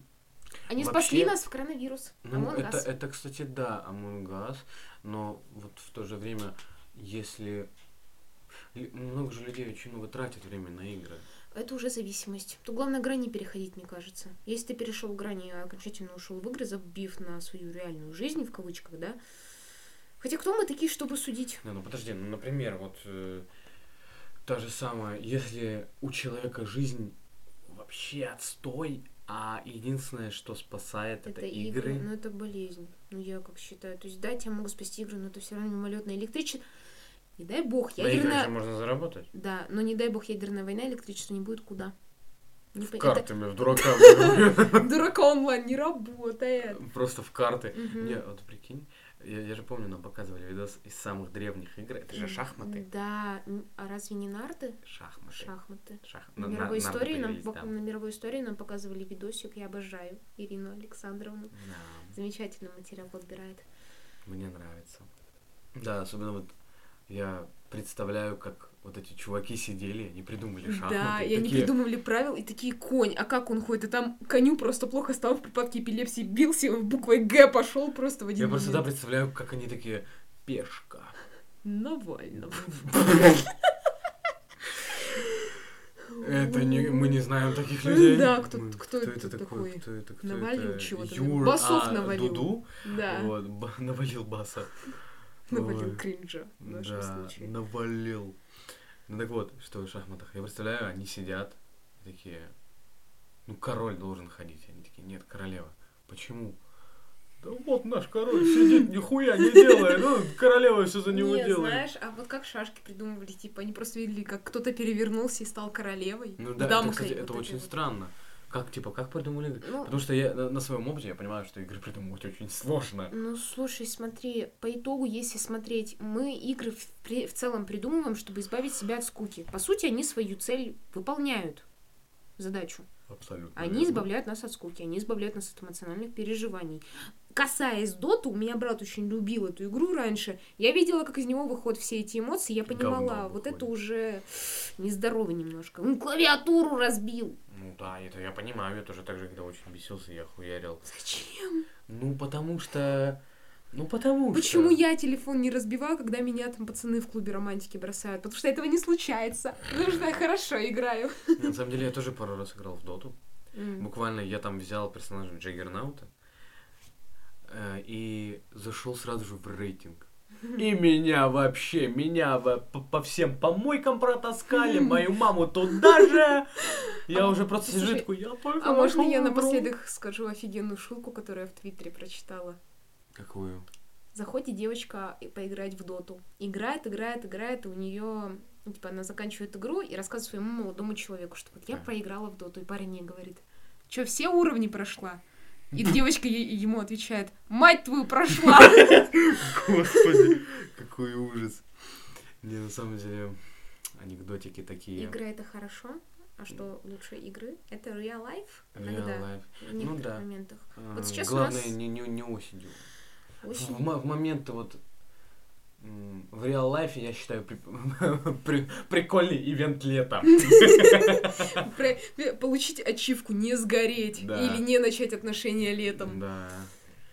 Они Вообще- спасли нас в коронавирус. а Ну, мы это, нас. это, кстати, да, Among Us, но вот в то же время, если... ли- Много же людей очень много тратит время на игры. Это уже зависимость. Тут главное грань не переходить, мне кажется. Если ты перешел грани и окончательно ушел в игры, забив на свою реальную жизнь, в кавычках, да? Хотя кто мы такие, чтобы судить? Не, ну подожди, ну, например, вот э, та же самая, если у человека жизнь вообще отстой, а единственное, что спасает, это, игры. Ну, это болезнь. Ну, я как считаю. То есть, да, тебя могут спасти игры, но это все равно мимолетное электричество. Не дай бог, На играх же ядерная... можно заработать. Да, но не дай бог, ядерная война, электричество не будет куда. Не Типа, по- это- Картами в дурака. блин. Дурака онлайн не работает. Просто в карты. Мгм. Не, вот прикинь, я, я же помню, нам показывали видос из самых древних игр. Это же шахматы. Да, н- а разве не нарды? Шахматы. Шахматы. Шах- На Ну, на- мировой на- истории нам напряглись, пок- да. на мировой истории нам показывали видосик, я обожаю Ирину Александровну. Да, Замечательный материал подбирает. мне нравится. Да, особенно вот я представляю, как вот эти чуваки сидели, они придумали шахматы. Да, и и они ну, такие, придумывали правила, и такие конь, а как он ходит? И там коню просто плохо стало в припадке эпилепсии, бился, и он буквой Г пошел просто в один Я просто да момент. представляю, как они такие пешка. Навального. Это не мы не знаем таких людей. Да, кто- Мы- кто это такой? Кто это? Кто Навалил это? чего-то. Юр, Басов а, навалил. Дуду. Да, Вот, ба- навалил баса. навалил Ой. кринжа в нашем Да, случае. навалил. Ну так вот, что в шахматах. Я представляю, они сидят и такие, ну король должен ходить. Они такие, нет, королева. Почему? Да вот наш король сидит, нихуя не делает, ну, королева все за него Не, делает. знаешь, а вот как шашки придумывали, типа, они просто видели, как кто-то перевернулся и стал королевой. Ну да, это, Дамкой кстати, вот это этой очень вот. странно. Как, типа, как придумали игры? Ну, Потому что я на, на своем опыте я понимаю, что игры придумывать очень сложно. ну, слушай, смотри, по итогу, если смотреть, мы игры в, при- в целом придумываем, чтобы избавить себя от скуки. По сути, они свою цель выполняют, задачу. Абсолютно. Они верно. избавляют нас от скуки, они избавляют нас от эмоциональных переживаний. Касаясь Доту, у меня брат очень любил эту игру раньше. Я видела, как из него выходят все эти эмоции. Я Говно понимала, вот выходит. это уже нездорово немножко. Он клавиатуру разбил. Ну да, это я понимаю, я тоже так же, когда очень бесился, я хуярил. Зачем? Ну, потому что... Ну, потому Почему что... я телефон не разбиваю, когда меня там пацаны в клубе романтики бросают? Потому что этого не случается. Потому что я хорошо играю. я... На самом деле, я тоже пару раз играл в доту. М. Буквально я там взял персонажа Джаггернаута э, и зашел сразу же в рейтинг. И меня вообще, меня во- по, по всем помойкам протаскали, мою маму туда же. Я уже просто сижу слушай, и такой, я только А можно вошел я в игру». напоследок скажу офигенную шутку, которую я в Твиттере прочитала? Какую? Заходит девочка и поиграть в доту. Играет, играет, играет, и у нее ну, типа она заканчивает игру и рассказывает своему молодому человеку, что вот я Так. проиграла в доту, и парень ей говорит. Че, все уровни прошла? И девочка е- ему отвечает, мать твою, прошла! Господи, какой ужас. Не, на самом деле, анекдотики такие. Игра это хорошо, а что лучше игры? Это real life Real иногда life. Ну в некоторых да. моментах. Э, сейчас у Главное, нас- не, не, не осенью. В, Осенью. мо- в моменты вот м, в реал лайфе я считаю при- при- прикольный ивент лета. Про- Получить ачивку, не сгореть. Да. Или не начать отношения летом. Да.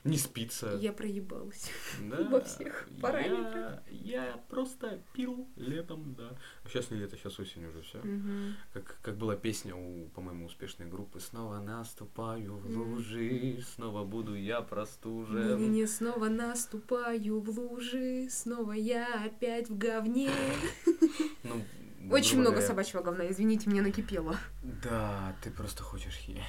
Не спится. Я проебалась. Да. во всех Я- параметрах. Я просто пил летом, да. Сейчас не лето, сейчас осень уже все. Как, как была песня у, по-моему, успешной группы «Снова наступаю в Мгм. лужи, снова буду я простужен». Не снова наступаю в лужи, снова я опять в говне. Ну, грубо Очень много говоря, собачьего говна, извините, мне накипело. Да, ты просто хочешь е-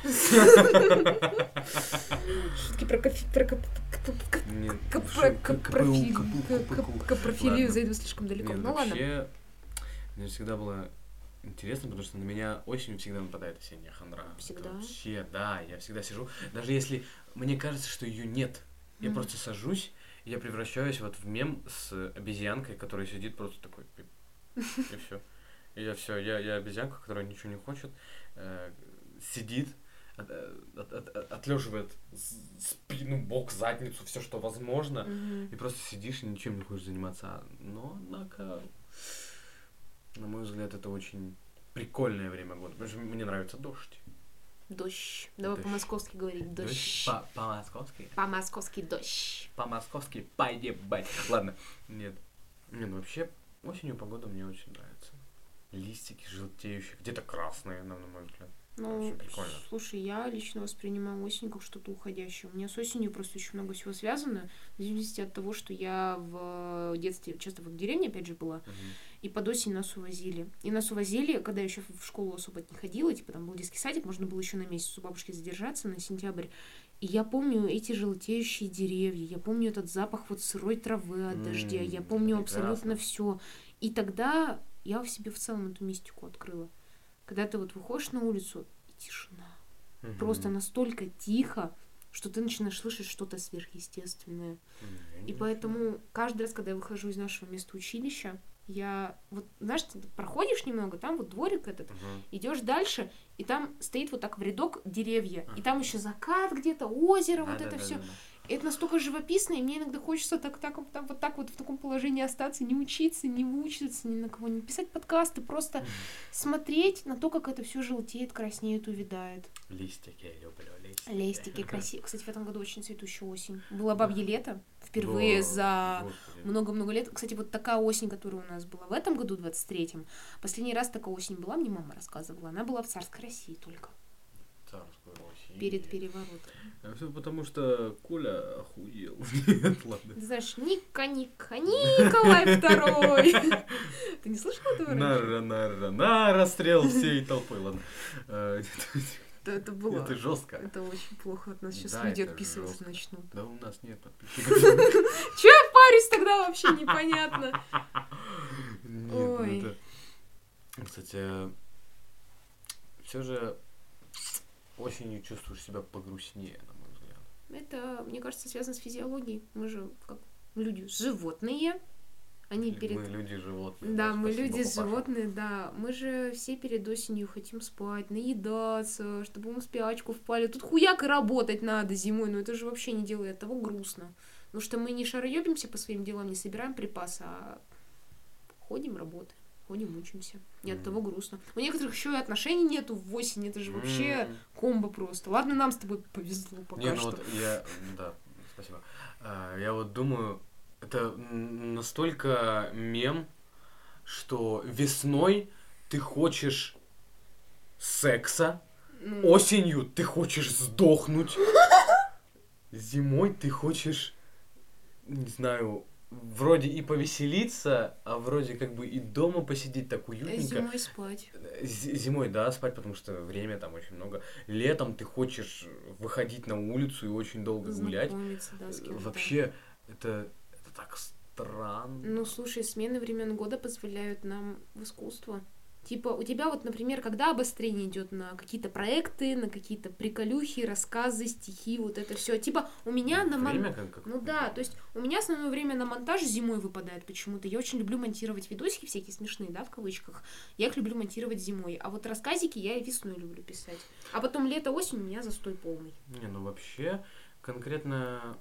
Шутки про кофе... про коп- коп- Не, коп- шо- коп- к- профи- копыл, копыл, коп- копыл. копрофилию Ладно. ну Ну Ну зайду слишком далеко. Не, Ну ладно. вообще, мне всегда было Интересно, потому что на меня осенью всегда нападает осенняя хандра. Это Всегда? вообще, да, я всегда сижу. Даже если мне кажется, что ее нет, я Мгм. просто сажусь, и я превращаюсь вот в мем с обезьянкой, которая сидит просто такой, пип, и все. И я все, я, я обезьянка, которая ничего не хочет, э, сидит, от- э, от- от- отлеживает с- спину, бок, задницу, все, что возможно, Мгм. и просто сидишь и ничем не хочешь заниматься. А, Но, однако, на мой взгляд, это очень прикольное время года. Потому что мне нравится дождь. Дождь. Давай Дождь. по-московски говорить. Дождь. По- По-московски. По-московски дождь. По-московски поебать. Ладно. Нет. Нет, ну вообще, осенью погода мне очень нравится. Листики желтеющие, где-то красные, на, на мой взгляд. Ну, Вообще прикольно. слушай, я лично воспринимаю осень как что-то уходящее. У меня с осенью просто очень много всего связано, в зависимости от того, что я в э, детстве часто в деревне, опять же, была, и под осень нас увозили. И нас увозили, когда я еще в школу особо не ходила, типа там был детский садик, можно было еще на месяц у бабушки задержаться на сентябрь. И я помню эти желтеющие деревья, я помню этот запах вот сырой травы от М, дождя, я помню прекрасно. абсолютно все. И тогда я в себе в целом эту мистику открыла. Когда ты вот выходишь на улицу, и тишина. Мгм. Просто настолько тихо, что ты начинаешь слышать что-то сверхъестественное. Мгм. И поэтому каждый раз, когда я выхожу из нашего места училища, я вот, знаешь, ты проходишь немного, там вот дворик этот, Мгм. идешь дальше, и там стоит вот так в рядок деревья, и Ага. там еще закат где-то, озеро, вот Да, это да, да, все. да, да. Это настолько живописно, и мне иногда хочется так, так, вот там вот так вот в таком положении остаться, не учиться, не мучиться, ни на кого не писать подкасты, просто Мгм. смотреть на то, как это все желтеет, краснеет, увядает. Листики, я люблю листики. Лестики красивые. Кстати, в этом году очень цветущая осень. Было бабье лето впервые Да, за господи. много-много лет. Кстати, вот такая осень, которая у нас была в этом году, 23-м, последний раз такая осень была, мне мама рассказывала. Она была в царской России только, Царскую Россию. перед переворотом. А все потому, что Коля охуел. Нет, ладно. Ты знаешь, Ника, Ника, Николай второй. Ты не слышала этого раньше? Нара, нара, на расстрел всей толпой, ладно. Э, Это, это Это было. это Это, жестко. очень плохо. От нас сейчас Да, люди это отписываться жестко. начнут. Да у нас нет подписчиков. Че я парюсь тогда вообще непонятно. Нет, ну Ой. это- Кстати, все же осенью чувствуешь себя погрустнее, на мой взгляд. Это, мне кажется, связано с физиологией. Мы же как люди животные. а Они перед Мы люди животные. Да, мы спасибо, люди папаша. животные. Э, Да, мы же все перед осенью хотим спать, наедаться, чтобы мы в спячку впали. Тут хуяк и работать надо зимой, но это же вообще не делает того грустно. Потому что мы не шароебимся по своим делам, не собираем припасы, а ходим, работаем, ходим, учимся. И от Мгм. того грустно. У некоторых еще и отношений нету в осень, это же вообще М. комбо просто. Ладно, нам с тобой повезло пока Не, ну что. вот я, да, спасибо. А, Я вот думаю, это м, настолько мем, что весной ты хочешь секса, Ну, осенью ты хочешь сдохнуть, зимой ты хочешь, не знаю, вроде и повеселиться, а вроде как бы и дома посидеть так э, уютненько. зимой спать. З- Зимой, да, спать, потому что время там очень много. Летом ты хочешь выходить на улицу и очень долго гулять. Знакомиться, да, с Э, кем-то. Вообще, это, это так странно. Ну, слушай, смены времен года позволяют нам в искусство. Типа, у тебя вот, например, когда обострение идет на какие-то проекты, на какие-то приколюхи, рассказы, стихи, вот это все. Типа, у меня на мон- Время как, как- Ну да, то есть у меня основное время на монтаж зимой выпадает почему-то. Я очень люблю монтировать видосики всякие смешные, да, в кавычках. Я их люблю монтировать зимой. А вот рассказики я и весной люблю писать. А потом лето-осень у меня застой полный. Не, ну вообще, конкретно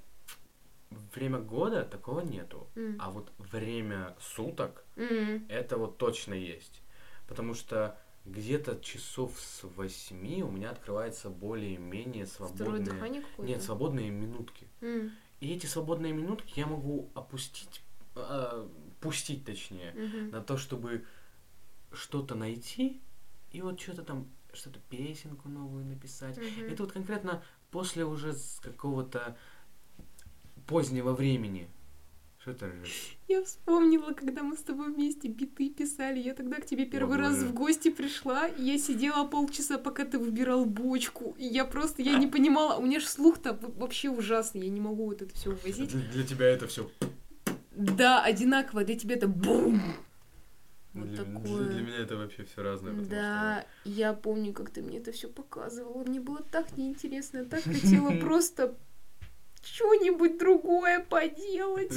время года такого нету. М. А вот время суток, М. это вот точно есть. Потому что где-то часов с восьми у меня открывается более-менее Второе свободные... дыхание какое-то. Нет, свободные минутки. М. И эти свободные минутки я могу опустить, э, пустить точнее, Мгм. на то, чтобы что-то найти и вот что-то там, что-то песенку новую написать. Мгм. Это вот конкретно после уже с какого-то позднего времени. Что это? Я вспомнила, когда мы с тобой вместе биты писали. Я тогда к тебе первый раз боже. в гости пришла, и я сидела полчаса, пока ты выбирал бочку. И я просто, я не понимала, у меня же слух-то в- вообще ужасный, я не могу вот это все Для, увозить. для тебя это все. Да, одинаково, для тебя это бум. Вот для, для- такое. для меня это вообще все разное, потому Да, я помню, как ты мне это все показывала. Мне было так неинтересно, я так хотела просто что-нибудь другое поделать.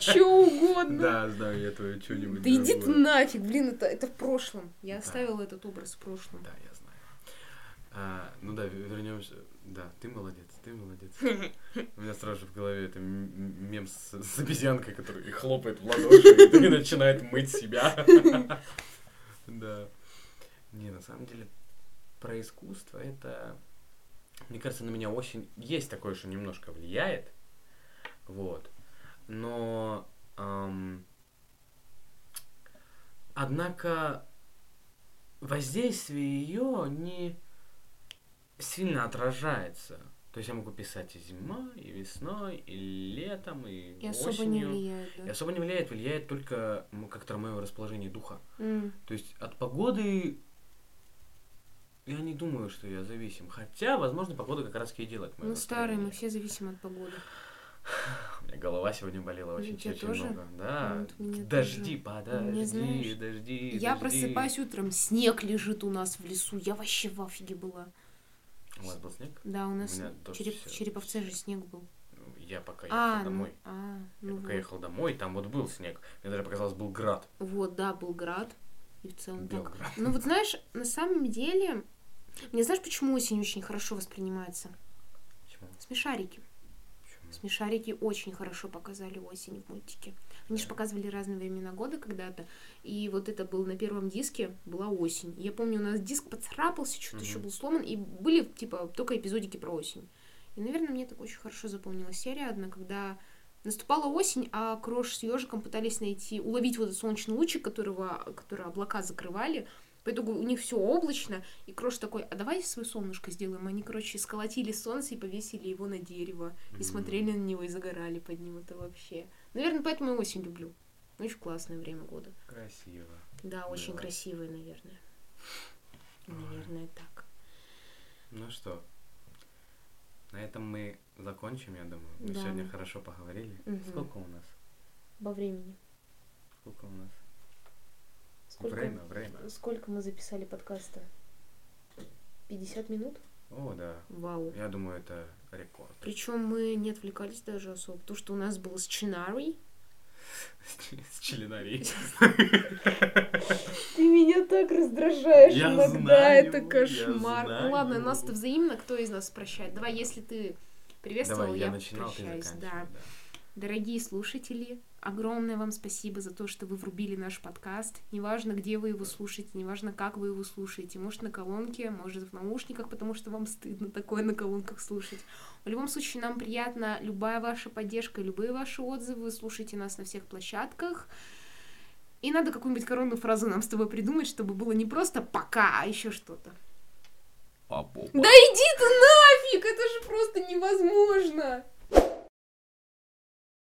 Что что... угодно. Да, знаю я твое что-нибудь Да иди ты другое. нафиг, блин, это, это в прошлом. Я оставила этот образ в прошлом. Да, я знаю. А, ну да, вернемся. Да, ты молодец, ты молодец. У меня сразу же в голове это м- м- мем с, с обезьянкой, который хлопает в ладоши и начинает мыть себя. Да. Не, на самом деле, про искусство это... Мне кажется, на меня осень есть такое, что немножко влияет. Вот. Но... ам, однако воздействие ее не сильно отражается. То есть я могу писать и зимой, и весной, и летом, и, И осенью. особо не влияет, И да. особо не влияет, влияет только м, как-то мое расположение духа. М. То есть от погоды я не думаю, что я зависим. Хотя, возможно, погода как раз и делает. моё Мы старые, мы настроение. все зависим от погоды. У меня голова сегодня болела Ну, очень, у тебя очень тоже? много. Да. Вот у меня дожди, Не подожди, знаешь. дожди. Я дожди. просыпаюсь утром, снег лежит у нас в лесу. Я вообще в афиге была. У вас был снег? Да, у нас меня тоже череп- всё- в Череповце же снег был. Ну, Я пока А, ехал ну- домой. а, Я ну пока вот. ехал домой, там вот был снег. Мне даже показалось, был град. Вот, да, был град. И в целом так. Белград. Ну вот знаешь, на самом деле, мне знаешь, почему осень очень хорошо воспринимается? Почему? Смешарики. Почему? Смешарики очень хорошо показали осень в мультике. Они же Да. показывали разные времена года когда-то. И вот это был на первом диске, была осень. Я помню, у нас диск поцарапался, что-то еще Мгм. был сломан. И были, типа, только эпизодики про осень. И, наверное, мне так очень хорошо запомнилась серия одна, когда наступала осень, а Крош с ежиком пытались найти, уловить вот этот солнечный лучик, которого, который облака закрывали. По итогу у них все облачно, и Крош такой, а давай свое солнышко сделаем. Они, короче, сколотили солнце и повесили его на дерево и смотрели на него и загорали под ним. Это вообще. Наверное, поэтому я осень люблю. Очень классное время года. Красиво. Да, очень Да. красивое, наверное. Ой. Наверное, так. Ну что, на этом мы закончим, я думаю. Мы Да. сегодня хорошо поговорили. Мгм. Сколько у нас? Во времени. Сколько у нас? Сколько, Время, время. сколько мы записали подкаста? 50 минут? О, да. Вау. Я думаю, это рекорд. Причем мы не отвлекались даже особо. То, что у нас был сценарий. С членарей. Ты меня так раздражаешь Я иногда, знаю, это я кошмар. знаю. Ну ладно, нас-то взаимно, кто из нас прощает? Давай, если ты приветствовал, Давай, я, я начинал, ты прощаюсь, да. заканчивай. да. Дорогие слушатели, огромное вам спасибо за то, что вы врубили наш подкаст. Неважно, где вы его слушаете, неважно, как вы его слушаете. Может, на колонке, может, в наушниках, потому что вам стыдно такое на колонках слушать. В любом случае, нам приятна любая ваша поддержка, любые ваши отзывы. Слушайте нас на всех площадках. И надо какую-нибудь коронную фразу нам с тобой придумать, чтобы было не просто «пока», а еще что-то. Папу. Да иди ты нафиг! Это же просто невозможно!